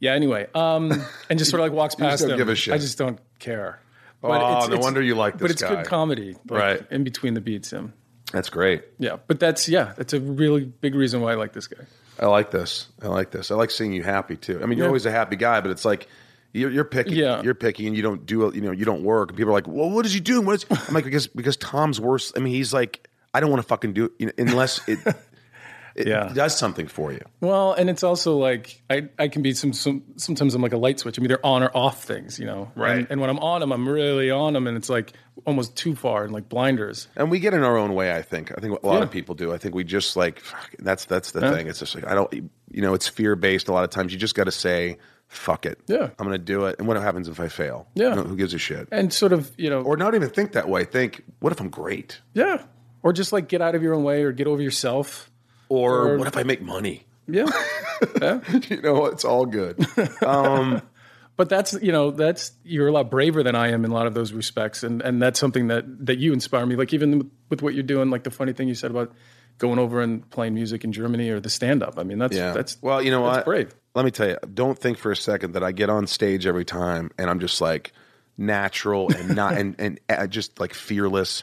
Speaker 3: yeah anyway um and just sort of like walks past
Speaker 2: don't
Speaker 3: him.
Speaker 2: give a shit.
Speaker 3: I just don't care but
Speaker 2: Oh, no wonder you like
Speaker 3: but
Speaker 2: this
Speaker 3: it's
Speaker 2: guy.
Speaker 3: good comedy like,
Speaker 2: Right.
Speaker 3: in between the beats him
Speaker 2: That's great.
Speaker 3: yeah but that's yeah that's a really big reason why I like this guy.
Speaker 2: I like this. I like this. I like seeing you happy too. I mean, you're
Speaker 3: Yeah.
Speaker 2: always a happy guy, but it's like you're, you're picky.
Speaker 3: Yeah.
Speaker 2: You're picky, and you don't do. You know, you don't work. And people are like, "Well, what is he doing? What is?" I'm like, because because Tom's worse. I mean, he's like, I don't want to fucking do it you know, unless it, it
Speaker 3: Yeah.
Speaker 2: does something for you.
Speaker 3: Well, and it's also like I, I can be some, some sometimes I'm like a light switch. I'm either on or off things, you know.
Speaker 2: Right.
Speaker 3: And, and when I'm on them, I'm really on them, and it's like almost too far and like blinders.
Speaker 2: And we get in our own way. I think. I think a lot
Speaker 3: Yeah.
Speaker 2: of people do. I think we just like fuck, that's that's the thing. It's just like I don't. You know, it's fear based. A lot of times, you just got to say, "Fuck it."
Speaker 3: Yeah.
Speaker 2: I'm gonna do it. And what happens if I fail?
Speaker 3: Yeah.
Speaker 2: You know, who gives a shit?
Speaker 3: And sort of you know,
Speaker 2: or not even think that way. Think, what if I'm great?
Speaker 3: yeah, or just like get out of your own way or get over yourself.
Speaker 2: Or,
Speaker 3: Or-
Speaker 2: what if I make money?
Speaker 3: Yeah.
Speaker 2: you know, it's all good.
Speaker 3: but that's you know that's you're a lot braver than I am in a lot of those respects, and and that's something that that you inspire me. Like even with, with what you're doing, like the funny thing you said about going over and playing music in Germany or the stand up. I mean, that's
Speaker 2: Yeah.
Speaker 3: that's
Speaker 2: well, you know
Speaker 3: that's
Speaker 2: what?
Speaker 3: brave.
Speaker 2: Let me tell you. Don't think for a second that I get on stage every time and I'm just like natural and not and and uh, just like fearless.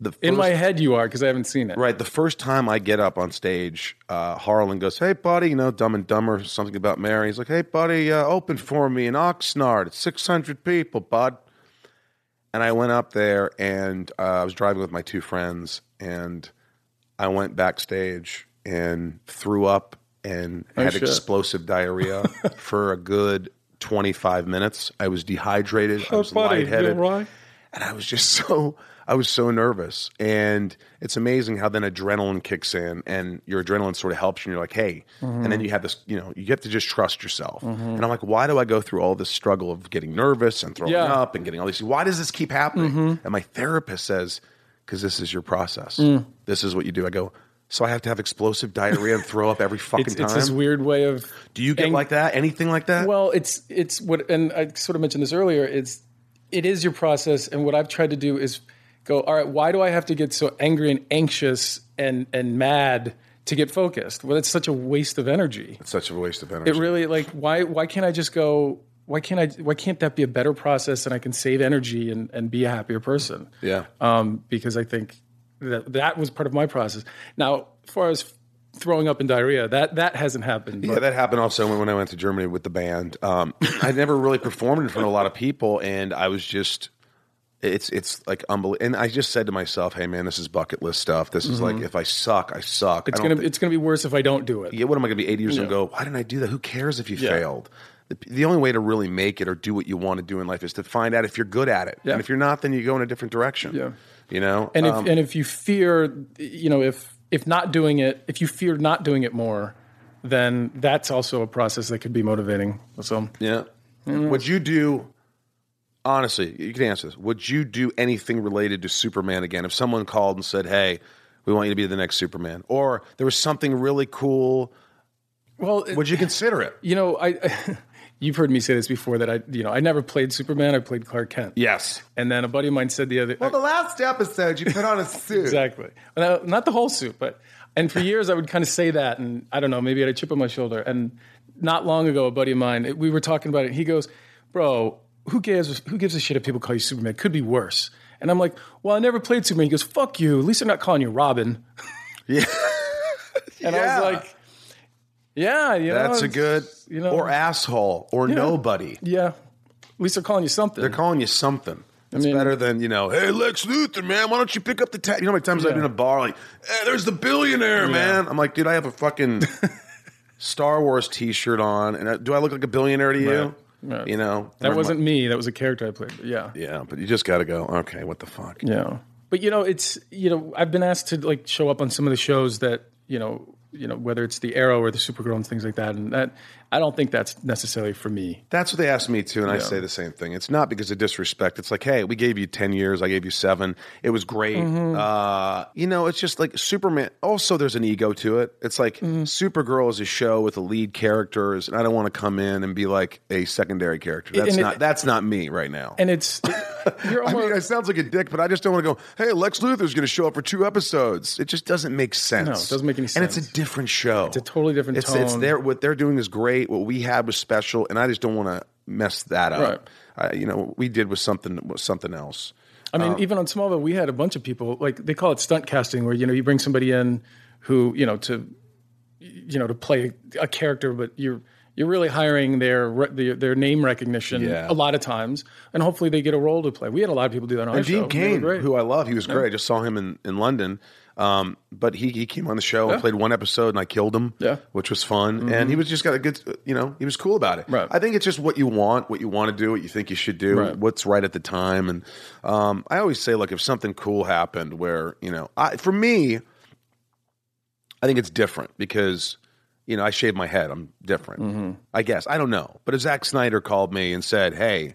Speaker 2: The
Speaker 3: in
Speaker 2: first-
Speaker 3: my head you are because I haven't seen it.
Speaker 2: Right. The first time I get up on stage, uh, Harlan goes, Hey, buddy, you know, Dumb and Dumber, something about Mary. He's like, Hey, buddy, uh, open for me in Oxnard. It's 600 people, bud. And I went up there and uh, I was driving with my two friends and I went backstage and threw up and had
Speaker 3: shit.
Speaker 2: explosive diarrhea for a good 25 minutes. I was dehydrated. I was lightheaded
Speaker 3: right?
Speaker 2: and I was just so I was so nervous. And it's amazing how then adrenaline kicks in, and your adrenaline sort of helps, and you're like, hey.
Speaker 3: Mm-hmm.
Speaker 2: And then you have this, you know, you have to just trust yourself. And I'm like, why do I go through all this struggle of getting nervous and throwing
Speaker 3: Yeah. Mm-hmm.
Speaker 2: up and getting all these? Why does this keep happening? And my therapist says, because this is your process.
Speaker 3: Mm.
Speaker 2: This is what you do. I go. So I have to have explosive diarrhea and throw up every fucking
Speaker 3: It's,
Speaker 2: time.
Speaker 3: it's this weird way of
Speaker 2: do you get
Speaker 3: ang-
Speaker 2: like that? Anything like that?
Speaker 3: well, it's it's what and I sort of mentioned this earlier. It's it is your process, and what I've tried to do is go. All right, why do I have to get so angry and anxious and and mad to get focused? Well, that's such a waste of energy.
Speaker 2: Such a waste of energy.
Speaker 3: It really like why why can't I just go? Why can't I? Why can't that be a better process, and I can save energy and and be a happier person?
Speaker 2: yeah.
Speaker 3: um, because I think that that was part of my process. Now, as far as throwing up and diarrhea, that that hasn't happened.
Speaker 2: Yeah, that happened also when, when I went to Germany with the band. Um, I never really performed in front of a lot of people, and I was just. It's it's like unbelievable, and I just said to myself, "Hey man, this is bucket list stuff. This is like if I suck, I suck.
Speaker 3: Mm-hmm. It's
Speaker 2: I don't
Speaker 3: gonna it's gonna be worse if I don't do it.
Speaker 2: yeah, what am I going to be 80 years old and go, why didn't I do that? Who cares if you failed? The, the only way to really make it or do what you want to do in life is to find out if you're good at it.
Speaker 3: Yeah.
Speaker 2: And if you're not, then you go in a different direction.
Speaker 3: Yeah.
Speaker 2: You know?
Speaker 3: And if and if you fear, you know, if if not doing it, if you fear not doing it more, then that's also a process that could be motivating. So
Speaker 2: Yeah. Would you do honestly, you can answer this. Would you do anything related to Superman again? If someone called and said, Hey, we want you to be the next Superman or there was something really cool,
Speaker 3: well, it-
Speaker 2: would you consider it?
Speaker 3: you know, I. You've heard me say this before that I, you know, I never played Superman. I played Clark Kent.
Speaker 2: Yes.
Speaker 3: And then a buddy of mine said the other,
Speaker 2: the last episode you put on a suit.
Speaker 3: Exactly. Now, not the whole suit, but and for years I would kind of say that, and I don't know, maybe I had a chip on my shoulder. And not long ago, a buddy of mine, we were talking about it. He goes, "Bro, who gives who gives a shit if people call you Superman? Could be worse." And I'm like, "Well, I never played Superman." He goes, "Fuck you. At least they're not calling you Robin." Yeah. and I
Speaker 2: Yeah.
Speaker 3: was like, "Yeah, you know,
Speaker 2: That's a
Speaker 3: it's-
Speaker 2: good
Speaker 3: you know-
Speaker 2: or asshole or nobody.
Speaker 3: yeah." At least they're calling you something.
Speaker 2: They're calling you something. It's
Speaker 3: mean-
Speaker 2: better than, you know, hey, Lex Luthor, man, why don't you pick up the tab? You know how many times I've been in a bar like, hey, there's the billionaire, man. I'm like, dude, I have a fucking Star Wars t shirt on. And I, do I look like a billionaire to you?
Speaker 3: Right.
Speaker 2: You know?
Speaker 3: that wasn't me. That was a character I played. But yeah.
Speaker 2: yeah, but you just got to go, okay, what the fuck?
Speaker 3: Yeah. But you know, it's you know, I've been asked to like show up on some of the shows that, you know, you know, whether it's the Arrow or the Supergirl and things like that. And that I don't think that's necessarily for me.
Speaker 2: That's what they asked me too, and I say the same thing. It's not because of disrespect. It's like, hey, we gave you ten years. I gave you seven. It was great.
Speaker 3: Mm-hmm.
Speaker 2: Uh, you know, it's just like Superman. Also, there's an ego to it. It's like
Speaker 3: Mm-hmm.
Speaker 2: Supergirl is a show with the lead characters, and I don't want to come in and be like a secondary character. That's
Speaker 3: and it-
Speaker 2: not that's not me right now.
Speaker 3: And it's you're
Speaker 2: I
Speaker 3: almost
Speaker 2: mean, it sounds like a dick, but I just don't want to go. Hey, Lex Luthor's going to show up for two episodes. It just doesn't make sense.
Speaker 3: No, it doesn't make any
Speaker 2: And it's
Speaker 3: sense.
Speaker 2: a different show. It's
Speaker 3: a totally different
Speaker 2: It's, it's
Speaker 3: tone.
Speaker 2: their what they're doing is great. What we had was special, and I just don't want to mess that up. Uh, you know, what we did was something was something else.
Speaker 3: I
Speaker 2: uh,
Speaker 3: mean, even on Smallville, we had a bunch of people like they call it stunt casting, where you know you bring somebody in who you know to you know to play a character, but you're you're really hiring their re- their, their name recognition
Speaker 2: Yeah.
Speaker 3: a lot of times, and hopefully they get a role to play. We had a lot of people do that on our show.
Speaker 2: Dean
Speaker 3: They were
Speaker 2: Kane,
Speaker 3: great.
Speaker 2: who I love, he was great. I just saw him in, in London. Um, but he, he came on the show and played one episode and I killed him,
Speaker 3: Yeah. Mm-hmm.
Speaker 2: which was fun. And he was just got a good, you know, he was cool about it.
Speaker 3: Right.
Speaker 2: I think it's just what you want, what you want to do, what you think you should do,
Speaker 3: Right.
Speaker 2: what's right at the time. And um, I always say, like, if something cool happened where, you know, I, for me, I think it's different because, you know, I shave my head. I'm different,
Speaker 3: Mm-hmm.
Speaker 2: I guess. I don't know. But if Zack Snyder called me and said, hey,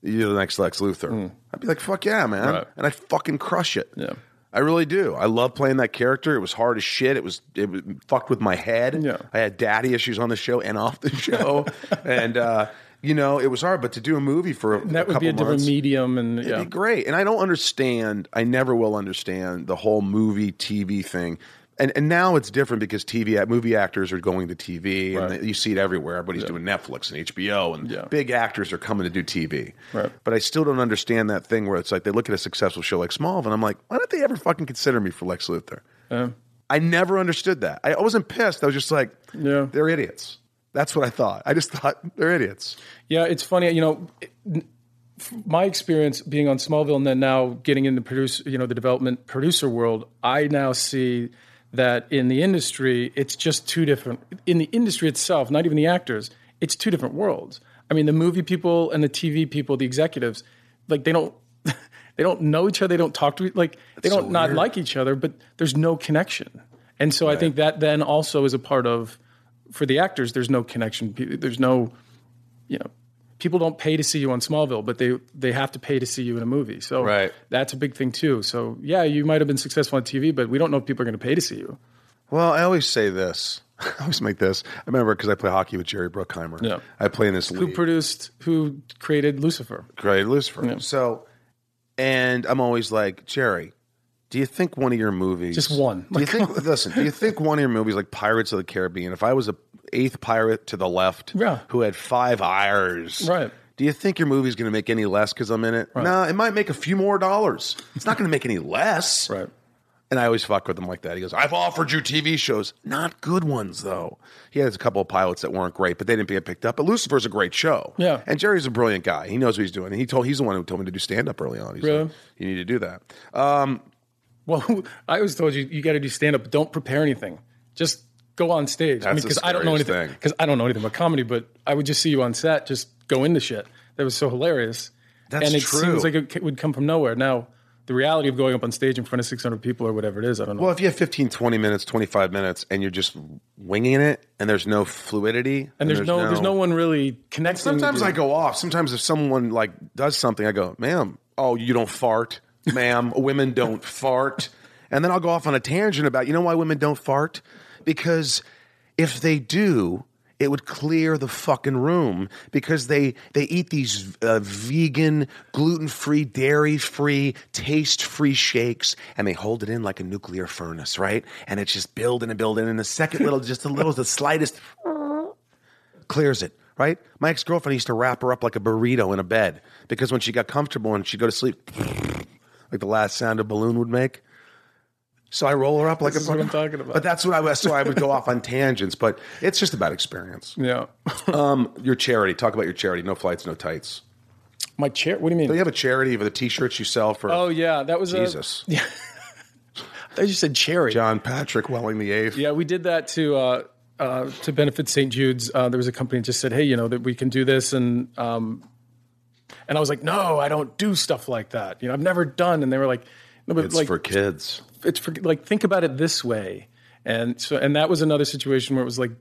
Speaker 2: you're the next Lex Luthor, I'd be like, fuck yeah, man.
Speaker 3: Mm. Right.
Speaker 2: And I'd fucking crush it.
Speaker 3: Yeah.
Speaker 2: I really do. I love playing that character. It was hard as shit. It was it was- fucked with my head.
Speaker 3: Yeah.
Speaker 2: I had daddy issues on the show and off the show, and uh, you know it was hard. But to do a movie for a, a
Speaker 3: that would be
Speaker 2: couple
Speaker 3: a different
Speaker 2: months-
Speaker 3: medium, and
Speaker 2: It'd
Speaker 3: yeah,
Speaker 2: be great. And I don't understand. I never will understand the whole movie TV thing. And and now it's different because TV act- movie actors are going to TV,
Speaker 3: Right.
Speaker 2: and you see it everywhere. Everybody's doing Netflix and HBO, and
Speaker 3: Yeah.
Speaker 2: big actors are coming to do TV.
Speaker 3: Right.
Speaker 2: But I still don't understand that thing where it's like they look at a successful show like Smallville, and I'm like, why don't they ever fucking consider me for Lex Luthor? I never understood that. I, I wasn't pissed. I was just like,
Speaker 3: Yeah.
Speaker 2: they're idiots. That's what I thought. I just thought they're idiots.
Speaker 3: yeah. It's funny, you know. it- f- My experience being on Smallville and then now getting into produce, you know, the development producer world, I now see that in the industry, it's just two different. In the industry itself, not even the actors, it's two different worlds. I mean, the movie people and the TV people, the executives, like they don't. They don't know each other. They don't talk to e, like they don't not like each other, but there's no connection. And so I think that then also is a part of for the actors. There's no connection. Pe- There's no, you know, people don't pay to see you on Smallville, but they they have to pay to see you in a movie. So
Speaker 1: Right.
Speaker 3: that's a big thing too. So yeah, you might have been successful on TV, but we don't know if people are going to pay to see you.
Speaker 2: Well, I always say this. I always make this. I remember because I play hockey with Jerry Bruckheimer.
Speaker 3: Yeah.
Speaker 2: I play in this
Speaker 3: Who
Speaker 2: league,
Speaker 3: produced? Who created Lucifer?
Speaker 2: Great Lucifer. So, and I'm always like, Jerry, do you think one of your movies,
Speaker 3: Just one.
Speaker 2: Do you think? listen, do you think one of your movies, like Pirates of the Caribbean, if I was a eighth pirate to the left,
Speaker 3: Yeah.
Speaker 2: who had five R's,
Speaker 3: Right.
Speaker 2: Do you think your movie's going to make any less because I'm in it? No, it might make a few more dollars. It's not going to make any less.
Speaker 3: Right.
Speaker 2: And I always fuck with him like that. He goes, I've offered you TV shows, not good ones though. He has a couple of pilots that weren't great, but they didn't get picked up. But Lucifer's a great show.
Speaker 3: Yeah.
Speaker 2: And Jerry's a brilliant guy. He knows what he's doing. And he told he's the one who told me to do stand up early on. He's
Speaker 3: Really?
Speaker 2: like, you need to do that. Um,
Speaker 3: Well, I always told you you got to do stand up, but don't prepare anything. Just go on stage. I
Speaker 2: That's the
Speaker 3: because I don't know
Speaker 2: scariest
Speaker 3: anything.
Speaker 2: thing.
Speaker 3: Because I don't know anything about comedy, but I would just see you on set, just go into shit. That was so hilarious.
Speaker 2: That's
Speaker 3: and it
Speaker 2: true.
Speaker 3: seems like it c- would come from nowhere. Now, the reality of going up on stage in front of 600 people or whatever it is, I don't know.
Speaker 2: well, if you have 15, 20 minutes, 25 minutes, and you're just winging it and there's no fluidity. And,
Speaker 3: there's, no, there's no one really connecting.
Speaker 2: Sometimes
Speaker 3: with
Speaker 2: I
Speaker 3: you.
Speaker 2: go off. Sometimes if someone like does something, I go, "Ma'am, oh, you don't fart, ma'am. women don't fart." And then I'll go off on a tangent about you know why women don't fart because if they do, it would clear the fucking room because they they eat these uh, vegan, gluten free, dairy free, taste free shakes, and they hold it in like a nuclear furnace, right? And it's just building and building, and the second little, just the little, the slightest clears it, right? My ex girlfriend used to wrap her up like a burrito in a bed because when she got comfortable and she'd go to sleep, like the last sound a balloon would make. So I roll her up like
Speaker 3: This
Speaker 2: a
Speaker 3: is what I'm talking about.
Speaker 2: But that's what I was. So I would go off on tangents, but it's just about experience.
Speaker 3: Yeah.
Speaker 2: Um, your charity. Talk about your charity. No flights, no tights.
Speaker 3: My chair? What do you mean?
Speaker 2: Do you have a charity for the t-shirts you sell for
Speaker 3: Oh, yeah. That was a-
Speaker 2: Jesus?
Speaker 3: I just said cherry.
Speaker 2: John Patrick Welling the Eighth.
Speaker 3: Yeah, we did that to uh, uh, to benefit St. Jude's. Uh, there was a company that just said, "Hey, you know that we can do this," and um, and I was like, "No, I don't do stuff like that. You know, I've never done." And they were like, "No, but
Speaker 2: It's
Speaker 3: like
Speaker 2: for kids.
Speaker 3: it's for like think about it this way." And so and that was another situation where it was like,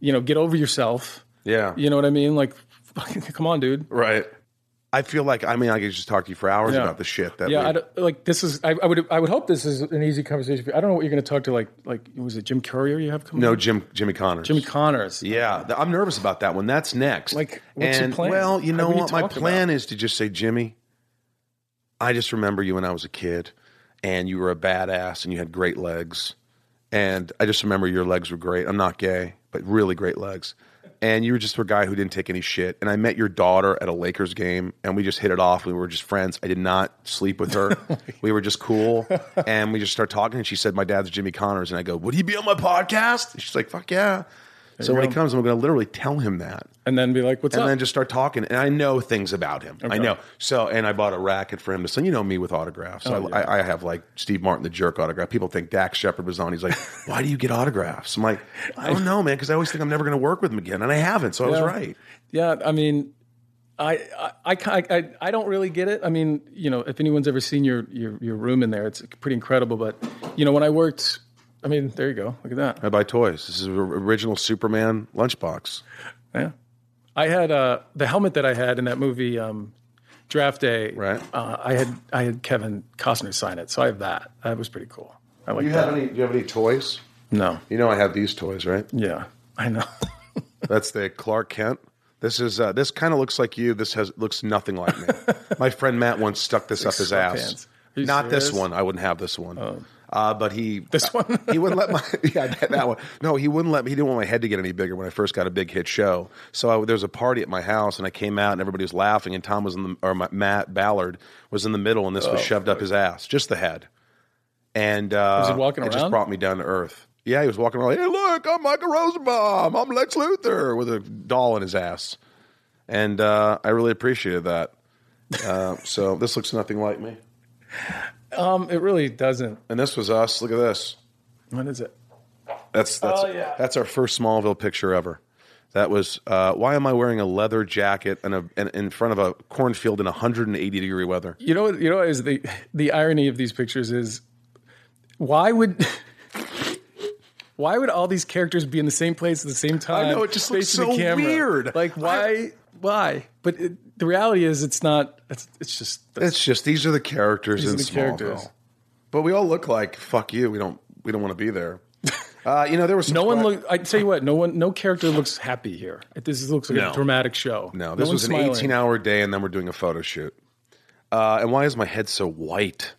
Speaker 3: you know, get over yourself.
Speaker 2: Yeah.
Speaker 3: You know what I mean? Like, fucking come on, dude.
Speaker 2: Right. I feel like I mean I could just talk to you for hours
Speaker 3: Yeah.
Speaker 2: about the shit that
Speaker 3: Yeah,
Speaker 2: we-
Speaker 3: I don't- like this is. I, I would. I would hope this is an easy conversation. For you. I don't know what you're going to talk to. Like, like was it Jim Courier you have coming?
Speaker 2: no Jim Jimmy Connors.
Speaker 3: Jimmy Connors.
Speaker 2: Yeah, th- I'm nervous about that one. That's next.
Speaker 3: Like, what's your
Speaker 2: And,
Speaker 3: plan?
Speaker 2: Well, you
Speaker 3: What
Speaker 2: know
Speaker 3: are you
Speaker 2: what? My
Speaker 3: talking
Speaker 2: plan is to just say, Jimmy, I just remember you when I was a kid, and you were a badass, and you had great legs, and I just remember your legs were great. I'm not gay, but really great legs. And you were just a guy who didn't take any shit. And I met your daughter at a Lakers game, and we just hit it off. We were just friends. I did not sleep with her. we were just cool, and we just started talking. And she said, "My dad's Jimmy Connors," and I go, "Would he be on my podcast?" And she's like, "Fuck yeah!" so when he comes, I'm going to literally tell him that
Speaker 3: and then be like, "What's
Speaker 2: and
Speaker 3: up?"
Speaker 2: then just start talking. And I know things about him. I know. So, and I bought a racket for him to sign. You know me with autographs. I, I, I have like Steve Martin the Jerk autograph. People think Dax Shepard was on. He's like, why do you get autographs? I'm like, I don't know, man, because I always think I'm never going to work with him again, and I haven't. So I was
Speaker 3: Yeah.
Speaker 2: right.
Speaker 3: yeah, I mean, I, I- I, ca- I, I, I don't really get it. I mean, you know, if anyone's ever seen your, your, your room in there, it's pretty incredible. But you know, when I worked, I mean, there you go. Look at that.
Speaker 2: I buy toys. This is an original Superman lunchbox.
Speaker 3: Yeah. I had uh, the helmet that I had in that movie. Um, draft day,
Speaker 2: Right.
Speaker 3: uh, I had I had Kevin Costner sign it, so I have that. That was pretty cool. I like
Speaker 2: Do you
Speaker 3: that.
Speaker 2: have any? Do you have any toys?
Speaker 3: no,
Speaker 2: You know, I have these toys, right?
Speaker 3: yeah, I know.
Speaker 2: That's the Clark Kent. This is uh, this kind of looks like you. This has looks nothing like me. My friend Matt once stuck this up his ass.
Speaker 3: sweatpants. Are you
Speaker 2: Not this
Speaker 3: serious? Oh.
Speaker 2: one. I wouldn't have this one. Uh, but he
Speaker 3: This one?
Speaker 2: he wouldn't let my yeah that, that one. No, he wouldn't let me. He didn't want my head to get any bigger when I first got a big hit show. So I, there was a party at my house, and I came out, and everybody was laughing, and Tom was in the or my, Matt Ballard was in the middle, and this
Speaker 3: Oh,
Speaker 2: was shoved up his ass, just the head. And uh,
Speaker 3: he walking
Speaker 2: it just
Speaker 3: around?
Speaker 2: brought me down to earth. Yeah, he was walking around like, "Hey, look, I'm Michael Rosenbaum. I'm Lex Luthor," with a doll in his ass. And uh, I really appreciated that. Uh, so this looks nothing like me.
Speaker 3: Um, it really doesn't.
Speaker 2: And this was us. Look at this.
Speaker 3: What is it?
Speaker 2: That's that's
Speaker 3: Oh, yeah.
Speaker 2: that's our first Smallville picture ever. That was uh, why am I wearing a leather jacket and a and in front of a cornfield in 180 degree weather?
Speaker 3: You know what? You know what is the the irony of these pictures is why would. Why would all these characters be in the same place at the same time?
Speaker 2: know, it just looks
Speaker 3: facing the
Speaker 2: so
Speaker 3: camera?
Speaker 2: weird.
Speaker 3: Like why? why? But it, the reality is, it's not. It's, it's just that's
Speaker 2: It's just these are the characters
Speaker 3: these
Speaker 2: in
Speaker 3: are the
Speaker 2: Smallville.
Speaker 3: characters.
Speaker 2: But we all look like fuck you. We don't we don't want to be there. Uh, you know there was some
Speaker 3: No one
Speaker 2: talk-
Speaker 3: look. I tell you what. No one. No character looks happy here. It- This looks like
Speaker 2: No.
Speaker 3: a dramatic show.
Speaker 2: No, this was
Speaker 3: one's
Speaker 2: an
Speaker 3: smiling.
Speaker 2: 18 hour day, and then we're doing a photo shoot. Uh, and why is my head so white?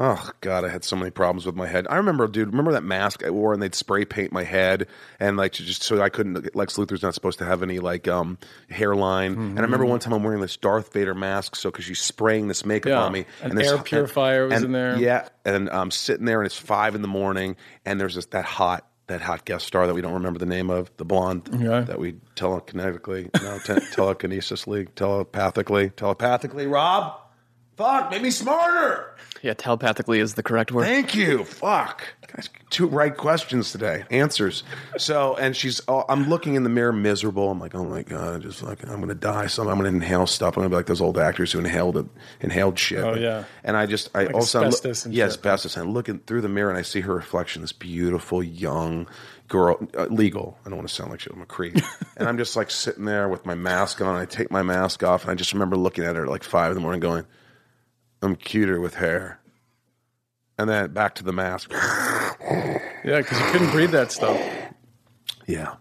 Speaker 2: Oh God, I had so many problems with my head. I remember, dude. Remember that mask I wore, and they'd spray paint my head, and like to just so I couldn't. Lex Luthor's not supposed to have any like um hairline. And I remember
Speaker 3: Mm-hmm.
Speaker 2: one time I'm wearing this Darth Vader mask, so because she's spraying this makeup
Speaker 3: Yeah,
Speaker 2: on me,
Speaker 3: an
Speaker 2: this-
Speaker 3: air purifier was
Speaker 2: and-
Speaker 3: in there.
Speaker 2: Yeah, and I'm sitting there, and it's five in the morning, and there's this that hot that hot guest star that we don't remember the name of, the blonde
Speaker 3: Okay.
Speaker 2: that we telekinetically, no, te- telekinesisly, telepathically, telepathically. Rob, fuck, make me smarter.
Speaker 4: Yeah, telepathically is the correct word.
Speaker 2: Thank you. Fuck. Guys, two right questions today. Answers. So, and she's, oh, I'm looking in the mirror miserable. I'm like, oh my God, I just fucking, I'm going to die. Some, I'm going to inhale stuff. I'm going to be like those old actors who inhaled, it- inhaled shit.
Speaker 3: Oh, yeah.
Speaker 2: And I just, I also, I'm
Speaker 3: asbestos and
Speaker 2: yeah,
Speaker 3: shit.
Speaker 2: asbestos. And I'm looking through the mirror and I see her reflection, this beautiful young girl, uh, legal. I don't want to sound like she, I'm a creep. and I'm just like sitting there with my mask on. I take my mask off and I just remember looking at her at like five in the morning going, I'm cuter with hair. And then back to the mask.
Speaker 3: Yeah, because you couldn't breathe that stuff.
Speaker 2: Yeah.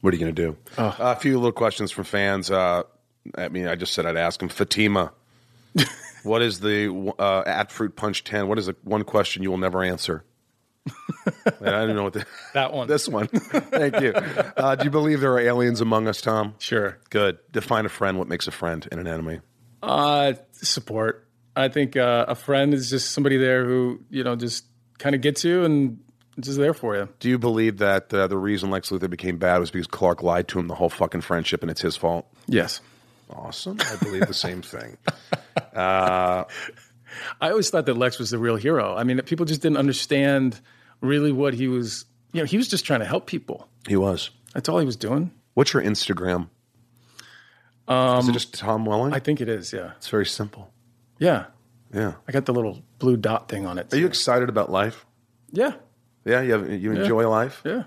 Speaker 2: What are you going to do? a few little questions from fans. Uh, I mean, I just said I'd ask them. Fatima, what is the uh, at fruit punch ten? What is the one question you will never answer? And I don't know what the,
Speaker 3: That one.
Speaker 2: This one. Thank you. Uh, do you believe there are aliens among us, Tom?
Speaker 3: Sure.
Speaker 2: Good. Define a friend. What makes a friend and an enemy?
Speaker 3: Uh, support. I think uh, a friend is just somebody there who you know just kind of gets you and just there for you.
Speaker 2: Do you believe that uh, the reason Lex Luthor became bad was because Clark lied to him the whole fucking friendship and it's his fault?
Speaker 3: Yes.
Speaker 2: Awesome. I believe the same thing.
Speaker 3: I always thought that Lex was the real hero. I mean, people just didn't understand really what he was. You know, he was just trying to help people.
Speaker 2: He was.
Speaker 3: That's all he was doing.
Speaker 2: What's your Instagram? Um, Is it just Tom Welling?
Speaker 3: I think it is. Yeah.
Speaker 2: it's very simple.
Speaker 3: Yeah.
Speaker 2: Yeah.
Speaker 3: I got the little blue dot thing on it.
Speaker 2: Are you excited about life?
Speaker 3: yeah.
Speaker 2: Yeah, you, have, you enjoy life.
Speaker 3: Yeah.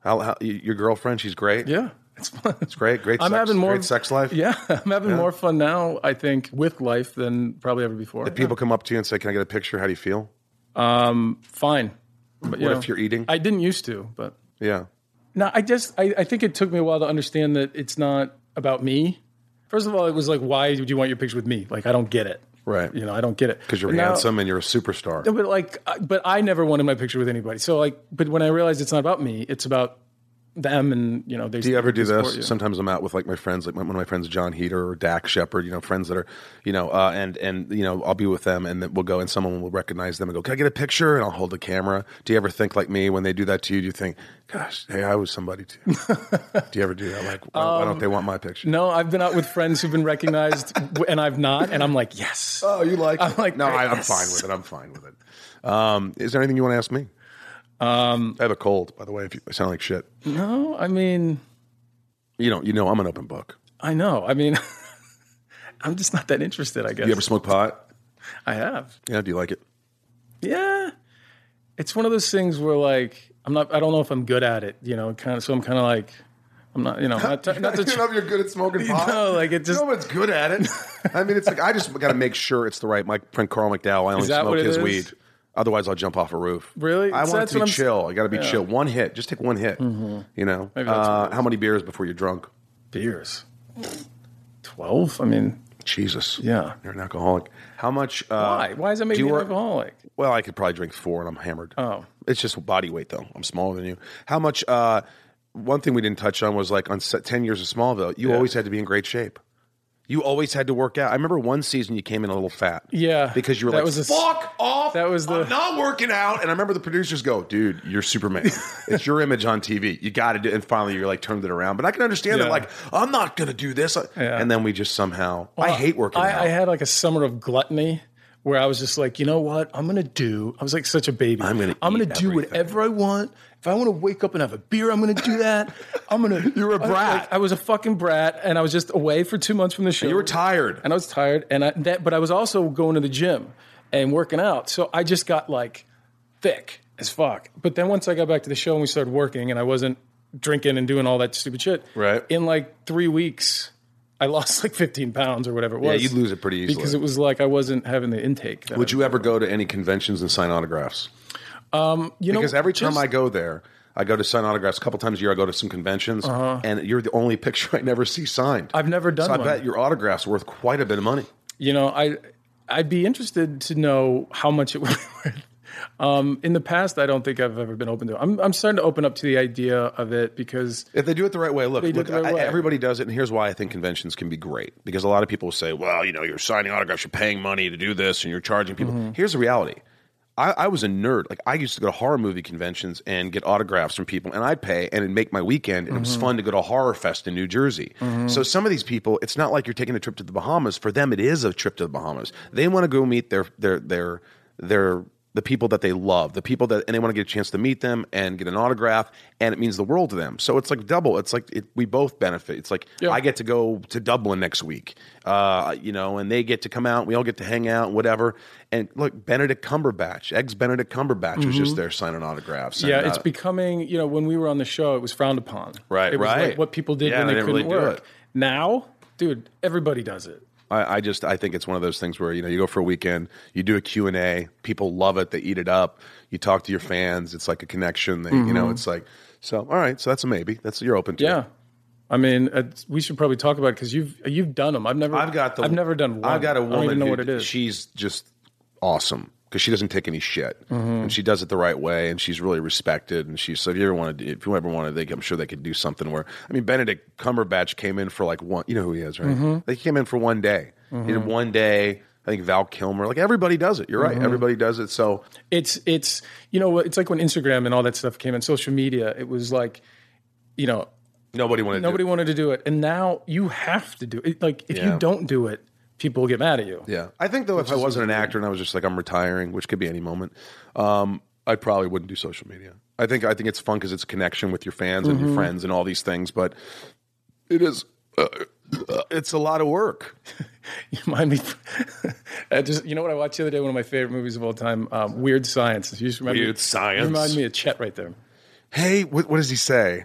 Speaker 2: How, how, y- your girlfriend? She's great.
Speaker 3: Yeah. It's fun.
Speaker 2: it's great. Great.
Speaker 3: I'm
Speaker 2: sex,
Speaker 3: having more-
Speaker 2: great sex life.
Speaker 3: Yeah, I'm having more fun now, I think, with life than probably ever before.
Speaker 2: People come up to you and say, "Can I get a picture? How do you feel?
Speaker 3: Um, Fine. But,
Speaker 2: What if you're eating?
Speaker 3: I didn't used to, but
Speaker 2: yeah,
Speaker 3: no, I just, I, I think it took me a while to understand that it's not about me. First of all, it was like, why would you want your picture with me? Like, I don't get it.
Speaker 2: Right.
Speaker 3: You know, I don't get it.
Speaker 2: because you're
Speaker 3: And now-
Speaker 2: handsome and you're a superstar.
Speaker 3: but like, I- but I never wanted my picture with anybody. So like, but when I realized it's not about me, it's about them and, you know, they
Speaker 2: Do you ever do this? Sometimes I'm out with like my friends, like one of my friends, John Heater or Dak Shepard, you know, friends that are, you know, uh, and and you know, I'll be with them, and then we'll go, and someone will recognize them and go, "Can I get a picture?" And I'll hold the camera. Do you ever think like me when they do that to you? Do you think, "Gosh, hey, I was somebody too"? do you ever do that? Like, why, why don't they want my picture?
Speaker 3: No, I've been out with friends who've been recognized w- and I've not, and I'm like, yes.
Speaker 2: Oh, you like?
Speaker 3: I'm
Speaker 2: it.
Speaker 3: like,
Speaker 2: no, I, I'm
Speaker 3: yes.
Speaker 2: fine with it. I'm fine with it. Um, is there anything you want to ask me? Um, I have a cold, by the way. If you I sound like shit,
Speaker 3: No, I mean,
Speaker 2: you know, you know, I'm an open book.
Speaker 3: I know. I mean, I'm just not that interested. I guess
Speaker 2: You ever smoke pot?
Speaker 3: I have.
Speaker 2: Yeah. Do you like it?
Speaker 3: Yeah, it's one of those things where like I'm not. I don't know if I'm good at it. You know, kind of. So I'm kind of like, I'm not, you know, not, to- not to
Speaker 2: you know, if you're good at smoking pot.
Speaker 3: know, like, it just-
Speaker 2: No one's good at it. I mean, it's like I just got to make sure it's the right. Mike print Carl McDowell. I only
Speaker 3: that
Speaker 2: smoke
Speaker 3: what it
Speaker 2: his
Speaker 3: is?
Speaker 2: weed. Otherwise, I'll jump off a roof.
Speaker 3: Really?
Speaker 2: I
Speaker 3: So
Speaker 2: want
Speaker 3: that's
Speaker 2: it to
Speaker 3: what
Speaker 2: be
Speaker 3: I'm- Mm-hmm.
Speaker 2: chill. I got to be chill. One hit. Just take one hit. You know.
Speaker 3: that's what
Speaker 2: Uh, how many beers before you're drunk?
Speaker 3: beers. 12? I mean,
Speaker 2: Jesus.
Speaker 3: yeah.
Speaker 2: You're an alcoholic. How much? Uh,
Speaker 3: Why? Why is that make
Speaker 2: do
Speaker 3: me
Speaker 2: you
Speaker 3: an
Speaker 2: work-
Speaker 3: alcoholic?
Speaker 2: Well, I could probably drink four and I'm hammered.
Speaker 3: Oh.
Speaker 2: It's just body weight, though. I'm smaller than you. How much? Uh, one thing we didn't touch on was like on se- 10 years of Smallville, you always had to be in great shape. You always had to work out. I remember one season you came in a little fat.
Speaker 3: Yeah.
Speaker 2: Because you were
Speaker 3: That
Speaker 2: like,
Speaker 3: was a s-
Speaker 2: fuck off.
Speaker 3: that was the-
Speaker 2: I'm not working out. And I remember the producers go, dude, you're Superman. it's your image on TV. You got to do And finally, you're like, turned it around. But I can understand that,
Speaker 3: Yeah.
Speaker 2: like, I'm not going to do this. And then we just somehow, I hate working out.
Speaker 3: I, I had like a summer of gluttony where I was just like, you know what? I'm gonna do. I was like such a baby.
Speaker 2: I'm gonna
Speaker 3: I'm gonna
Speaker 2: eat
Speaker 3: do whatever I want. If I want to wake up and have a beer, I'm gonna do that. I'm gonna.
Speaker 2: You were a
Speaker 3: I was
Speaker 2: brat.
Speaker 3: like- I was a fucking brat, and I was just away for two months from the show.
Speaker 2: you were tired.
Speaker 3: and I was tired, and I, that. But I was also going to the gym and working out, so I just got like thick as fuck. But then once I got back to the show and we started working, and I wasn't drinking and doing all that stupid shit.
Speaker 2: Right.
Speaker 3: In like three weeks, I lost like 15 pounds or whatever it was.
Speaker 2: you'd lose it pretty easily.
Speaker 3: because it was like I wasn't having the intake. That
Speaker 2: Would you ever go to any conventions and sign autographs?
Speaker 3: you know,
Speaker 2: Because every time
Speaker 3: just-
Speaker 2: I go there, I go to sign autographs. A couple times a year, I go to some conventions, and you're the only picture I never see signed.
Speaker 3: Uh-huh. I've never done
Speaker 2: So I
Speaker 3: one.
Speaker 2: bet your autograph's worth quite a bit of money.
Speaker 3: you know, I I'd be interested to know how much it would be worth. Um, in the past, I don't think I've ever been open to. It. I'm I'm starting to open up to the idea of it because
Speaker 2: If they do it the right way, look,
Speaker 3: do it
Speaker 2: look
Speaker 3: the right
Speaker 2: I-
Speaker 3: way.
Speaker 2: everybody does it, and here's why I think conventions can be great. Because a lot of people will say, "Well, you know, you're signing autographs, you're paying money to do this, and you're charging people."
Speaker 3: Mm-hmm.
Speaker 2: Here's the reality: I, I was a nerd. Like I used to go to horror movie conventions and get autographs from people, and I'd pay, and it'd make my weekend. And it was
Speaker 3: Mm-hmm.
Speaker 2: fun to go to horror fest in New Jersey. So some of these people, it's not like you're taking a trip to the Bahamas. For them, it is a trip to the Bahamas. They want to go meet their their their their the people that they love, the people that, and they want to get a chance to meet them and get an autograph, and it means the world to them. So it's like double. It's like it, we both benefit. It's like I get to go to Dublin next week, uh, you know, and they get to come out. We all get to hang out, whatever. And look, Benedict Cumberbatch, ex Benedict Cumberbatch, was just there signing autographs. and,
Speaker 3: Mm-hmm. yeah, it's
Speaker 2: uh,
Speaker 3: becoming you know when we were on the show, it was frowned upon.
Speaker 2: Right,
Speaker 3: it was
Speaker 2: right.
Speaker 3: Like what people did
Speaker 2: Yeah,
Speaker 3: when
Speaker 2: they
Speaker 3: they,
Speaker 2: didn't
Speaker 3: couldn't
Speaker 2: really do
Speaker 3: work.
Speaker 2: it.
Speaker 3: Now, dude, everybody does it.
Speaker 2: I, I just I think it's one of those things where you know you go for a weekend, you do a Q and A, people love it, they eat it up. You talk to your fans, it's like a connection. They, You know, it's like so. All right, so that's a maybe. That's you're open to. it.
Speaker 3: Mm-hmm. Yeah. I mean, uh, we should probably talk about it because you've you've done them. I've never.
Speaker 2: I've got the.
Speaker 3: I've never done one.
Speaker 2: I've got a
Speaker 3: I
Speaker 2: woman.
Speaker 3: don't even know
Speaker 2: who-
Speaker 3: what it is.
Speaker 2: She's just awesome because she doesn't take any shit,
Speaker 3: Mm-hmm.
Speaker 2: and she does it the right way, and she's really respected. And she's so if you ever want to, if you ever wanted, they, I'm sure they could do something where I mean, Benedict Cumberbatch came in for like one. You know who he is, right?
Speaker 3: Mm-hmm.
Speaker 2: Like he came in for one day. He did one day. I think Val Kilmer. Like everybody does it. You're
Speaker 3: Mm-hmm.
Speaker 2: right. Everybody does it. So
Speaker 3: it's it's you know it's like when Instagram and all that stuff came in, social media. It was like, you know,
Speaker 2: nobody wanted.
Speaker 3: nobody
Speaker 2: To do
Speaker 3: wanted to do it, and now you have to do it. Like if
Speaker 2: Yeah.
Speaker 3: you don't do it, people will get mad at you.
Speaker 2: it. yeah. I think though, if I wasn't an actor and I was just like I'm retiring, which could be any moment, um, I probably wouldn't do social media. I think I think it's fun because it's a connection with your fans and your friends and all these things. But it is uh, it's a lot of work.
Speaker 3: You remind me. I just you know what I watched the other day? One of my favorite movies of all time, um, Weird Science. You just remind
Speaker 2: Weird
Speaker 3: me,
Speaker 2: Science.
Speaker 3: You remind me of Chet right there.
Speaker 2: Hey, what, what does he say?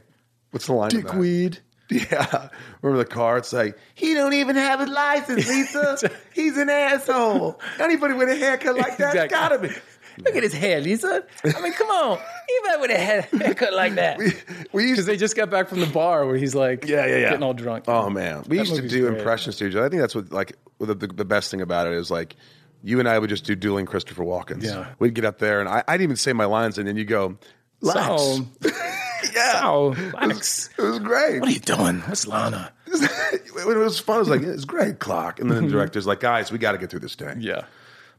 Speaker 2: What's the line? in that?
Speaker 3: Weed.
Speaker 2: Yeah, remember the car? It's like he don't even have a license, Lisa. He's an asshole. Anybody with a haircut like that's
Speaker 3: Exactly.
Speaker 2: gotta be.
Speaker 3: Look at his hair, Lisa. I mean, come on. Even with a haircut like that.
Speaker 2: We used
Speaker 3: Because they just got back from the bar where he's like,
Speaker 2: Yeah, yeah, yeah.
Speaker 3: getting all drunk.
Speaker 2: Oh man, we
Speaker 3: That
Speaker 2: used to
Speaker 3: movie's
Speaker 2: do
Speaker 3: great.
Speaker 2: impressions to each other. I think that's what like the, the, the best thing about it is like you and I would just do dueling Christopher Walkens.
Speaker 3: Yeah.
Speaker 2: we'd get up there and I, I'd even say my lines, and then you go, "Lax."
Speaker 3: So,
Speaker 2: yeah,
Speaker 3: oh,
Speaker 2: it was great.
Speaker 3: What are you doing? What's Lana?
Speaker 2: it was fun. It was like it's great, clock. And then the director's like, "Guys, we got to get through this day."
Speaker 3: Mm-hmm. Yeah.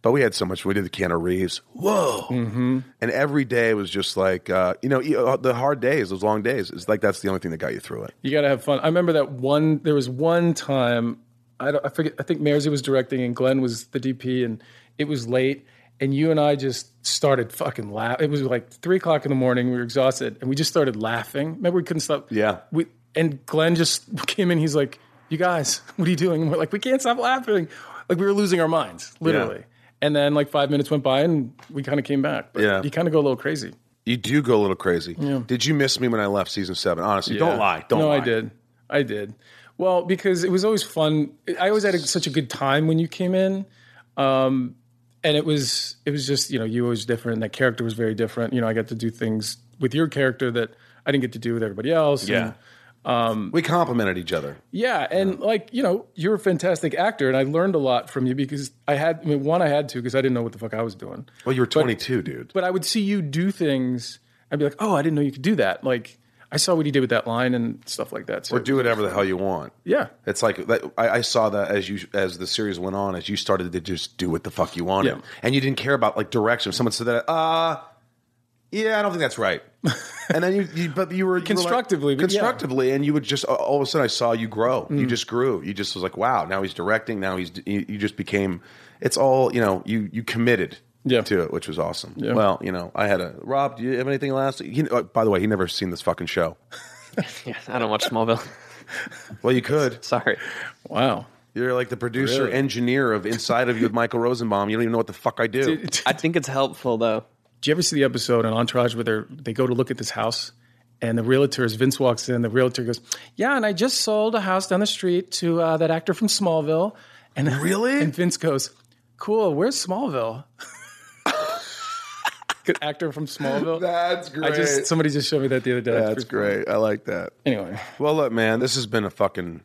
Speaker 2: But we had so much. We did the Keanu Reeves. Whoa!
Speaker 3: Mm-hmm.
Speaker 2: And every day was just like, uh, you know, you- uh, the hard days, those long days. It's like that's the only thing that got you through it.
Speaker 3: You got to have fun. I remember that one, there was one time, I, don't, I forget, I think Mersey was directing and Glenn was the DP and it was late. And you and I just started fucking laugh. It was like three o'clock in the morning. We were exhausted and we just started laughing. Remember, we couldn't stop.
Speaker 2: Yeah.
Speaker 3: We, and Glenn just came in. He's like, you guys, what are you doing? And we're like, we can't stop laughing. Like we were losing our minds, literally. And then like five minutes went by and we kind of came back. But
Speaker 2: Yeah.
Speaker 3: You kind of go a little crazy.
Speaker 2: You do go a little crazy. Did you miss me when I left season seven? Honestly, don't
Speaker 3: Yeah.
Speaker 2: lie. Don't
Speaker 3: no,
Speaker 2: lie.
Speaker 3: I did. I did. Well, because it was always fun. I always had a, such a good time when you came in, um, and it was it was just you know you was different. That character was very different. You know, I got to do things with your character that I didn't get to do with everybody else.
Speaker 2: Yeah.
Speaker 3: and,
Speaker 2: we complimented each other.
Speaker 3: yeah, and like you know, you're a fantastic actor, and I learned a lot from you because I had I mean, one I had to because I didn't know what the fuck I was doing.
Speaker 5: Well, you were 22, dude.
Speaker 3: but I would see you do things. I'd be like, oh, I didn't know you could do that. Like I saw what he did with that line and stuff like that. So
Speaker 2: Or do whatever the hell you want.
Speaker 3: yeah,
Speaker 2: It's like that, I, I saw that as you as the series went on, as you started to just do what the fuck you wanted,
Speaker 3: Yeah.
Speaker 2: and you didn't care about like direction. Someone said that, uh yeah, I don't think that's right. and then you, you but you were you were like-
Speaker 3: Constructively, but yeah. Mm.
Speaker 2: constructively, and you would just all of a sudden I saw you grow. You just grew. You just was like, wow. Now he's directing. Now he's you, you just became. It's all you know. You you committed.
Speaker 3: Yeah.
Speaker 2: To it, which was awesome. Well, you know, I had a Rob. Do you have anything last? You know, by the way, he never seen this fucking show.
Speaker 4: Yeah, I don't watch Smallville.
Speaker 2: Well, you could.
Speaker 4: Sorry.
Speaker 3: wow.
Speaker 2: You're like the producer
Speaker 3: Really?
Speaker 2: engineer of Inside of You with Michael Rosenbaum. You don't even know what the fuck I do.
Speaker 3: Did,
Speaker 4: I think it's helpful though.
Speaker 3: did you ever see the episode on Entourage where they're, they go to look at this house and the realtor, as Vince walks in, the realtor goes, yeah, and I just sold a house down the street to uh, that actor from Smallville. And
Speaker 2: Really?
Speaker 3: And Vince goes, cool, where's Smallville? Good actor from Smallville.
Speaker 2: That's
Speaker 3: I just somebody just showed me that the other day.
Speaker 2: That's great. I like that.
Speaker 3: Anyway,
Speaker 2: Well, look, man, this has been a fucking.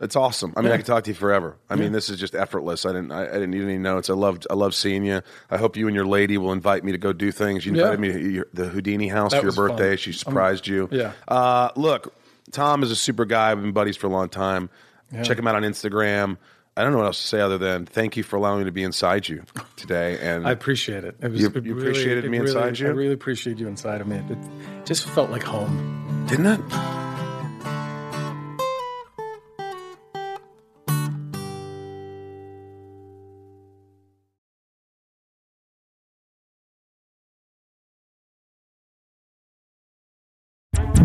Speaker 2: It's awesome. I mean, I could talk to you forever. I mean, this is just effortless. I didn't. I, I didn't need any notes. I loved. I love seeing you. I hope you and your lady will invite me to go do things. You
Speaker 3: Yeah.
Speaker 2: invited me to your, the Houdini house for your
Speaker 3: was fun.
Speaker 2: birthday. She surprised you.
Speaker 3: yeah.
Speaker 2: Uh, look, Tom is a super guy. We've been buddies for a long time. Check him out on Instagram. I don't know what else to say other than thank you for allowing me to be inside you today. And
Speaker 3: I appreciate it. it was,
Speaker 2: You-
Speaker 3: it
Speaker 2: you appreciated
Speaker 3: it
Speaker 2: me
Speaker 3: really-
Speaker 2: inside you?
Speaker 3: I really appreciate you inside of me. It just felt like home.
Speaker 2: didn't it?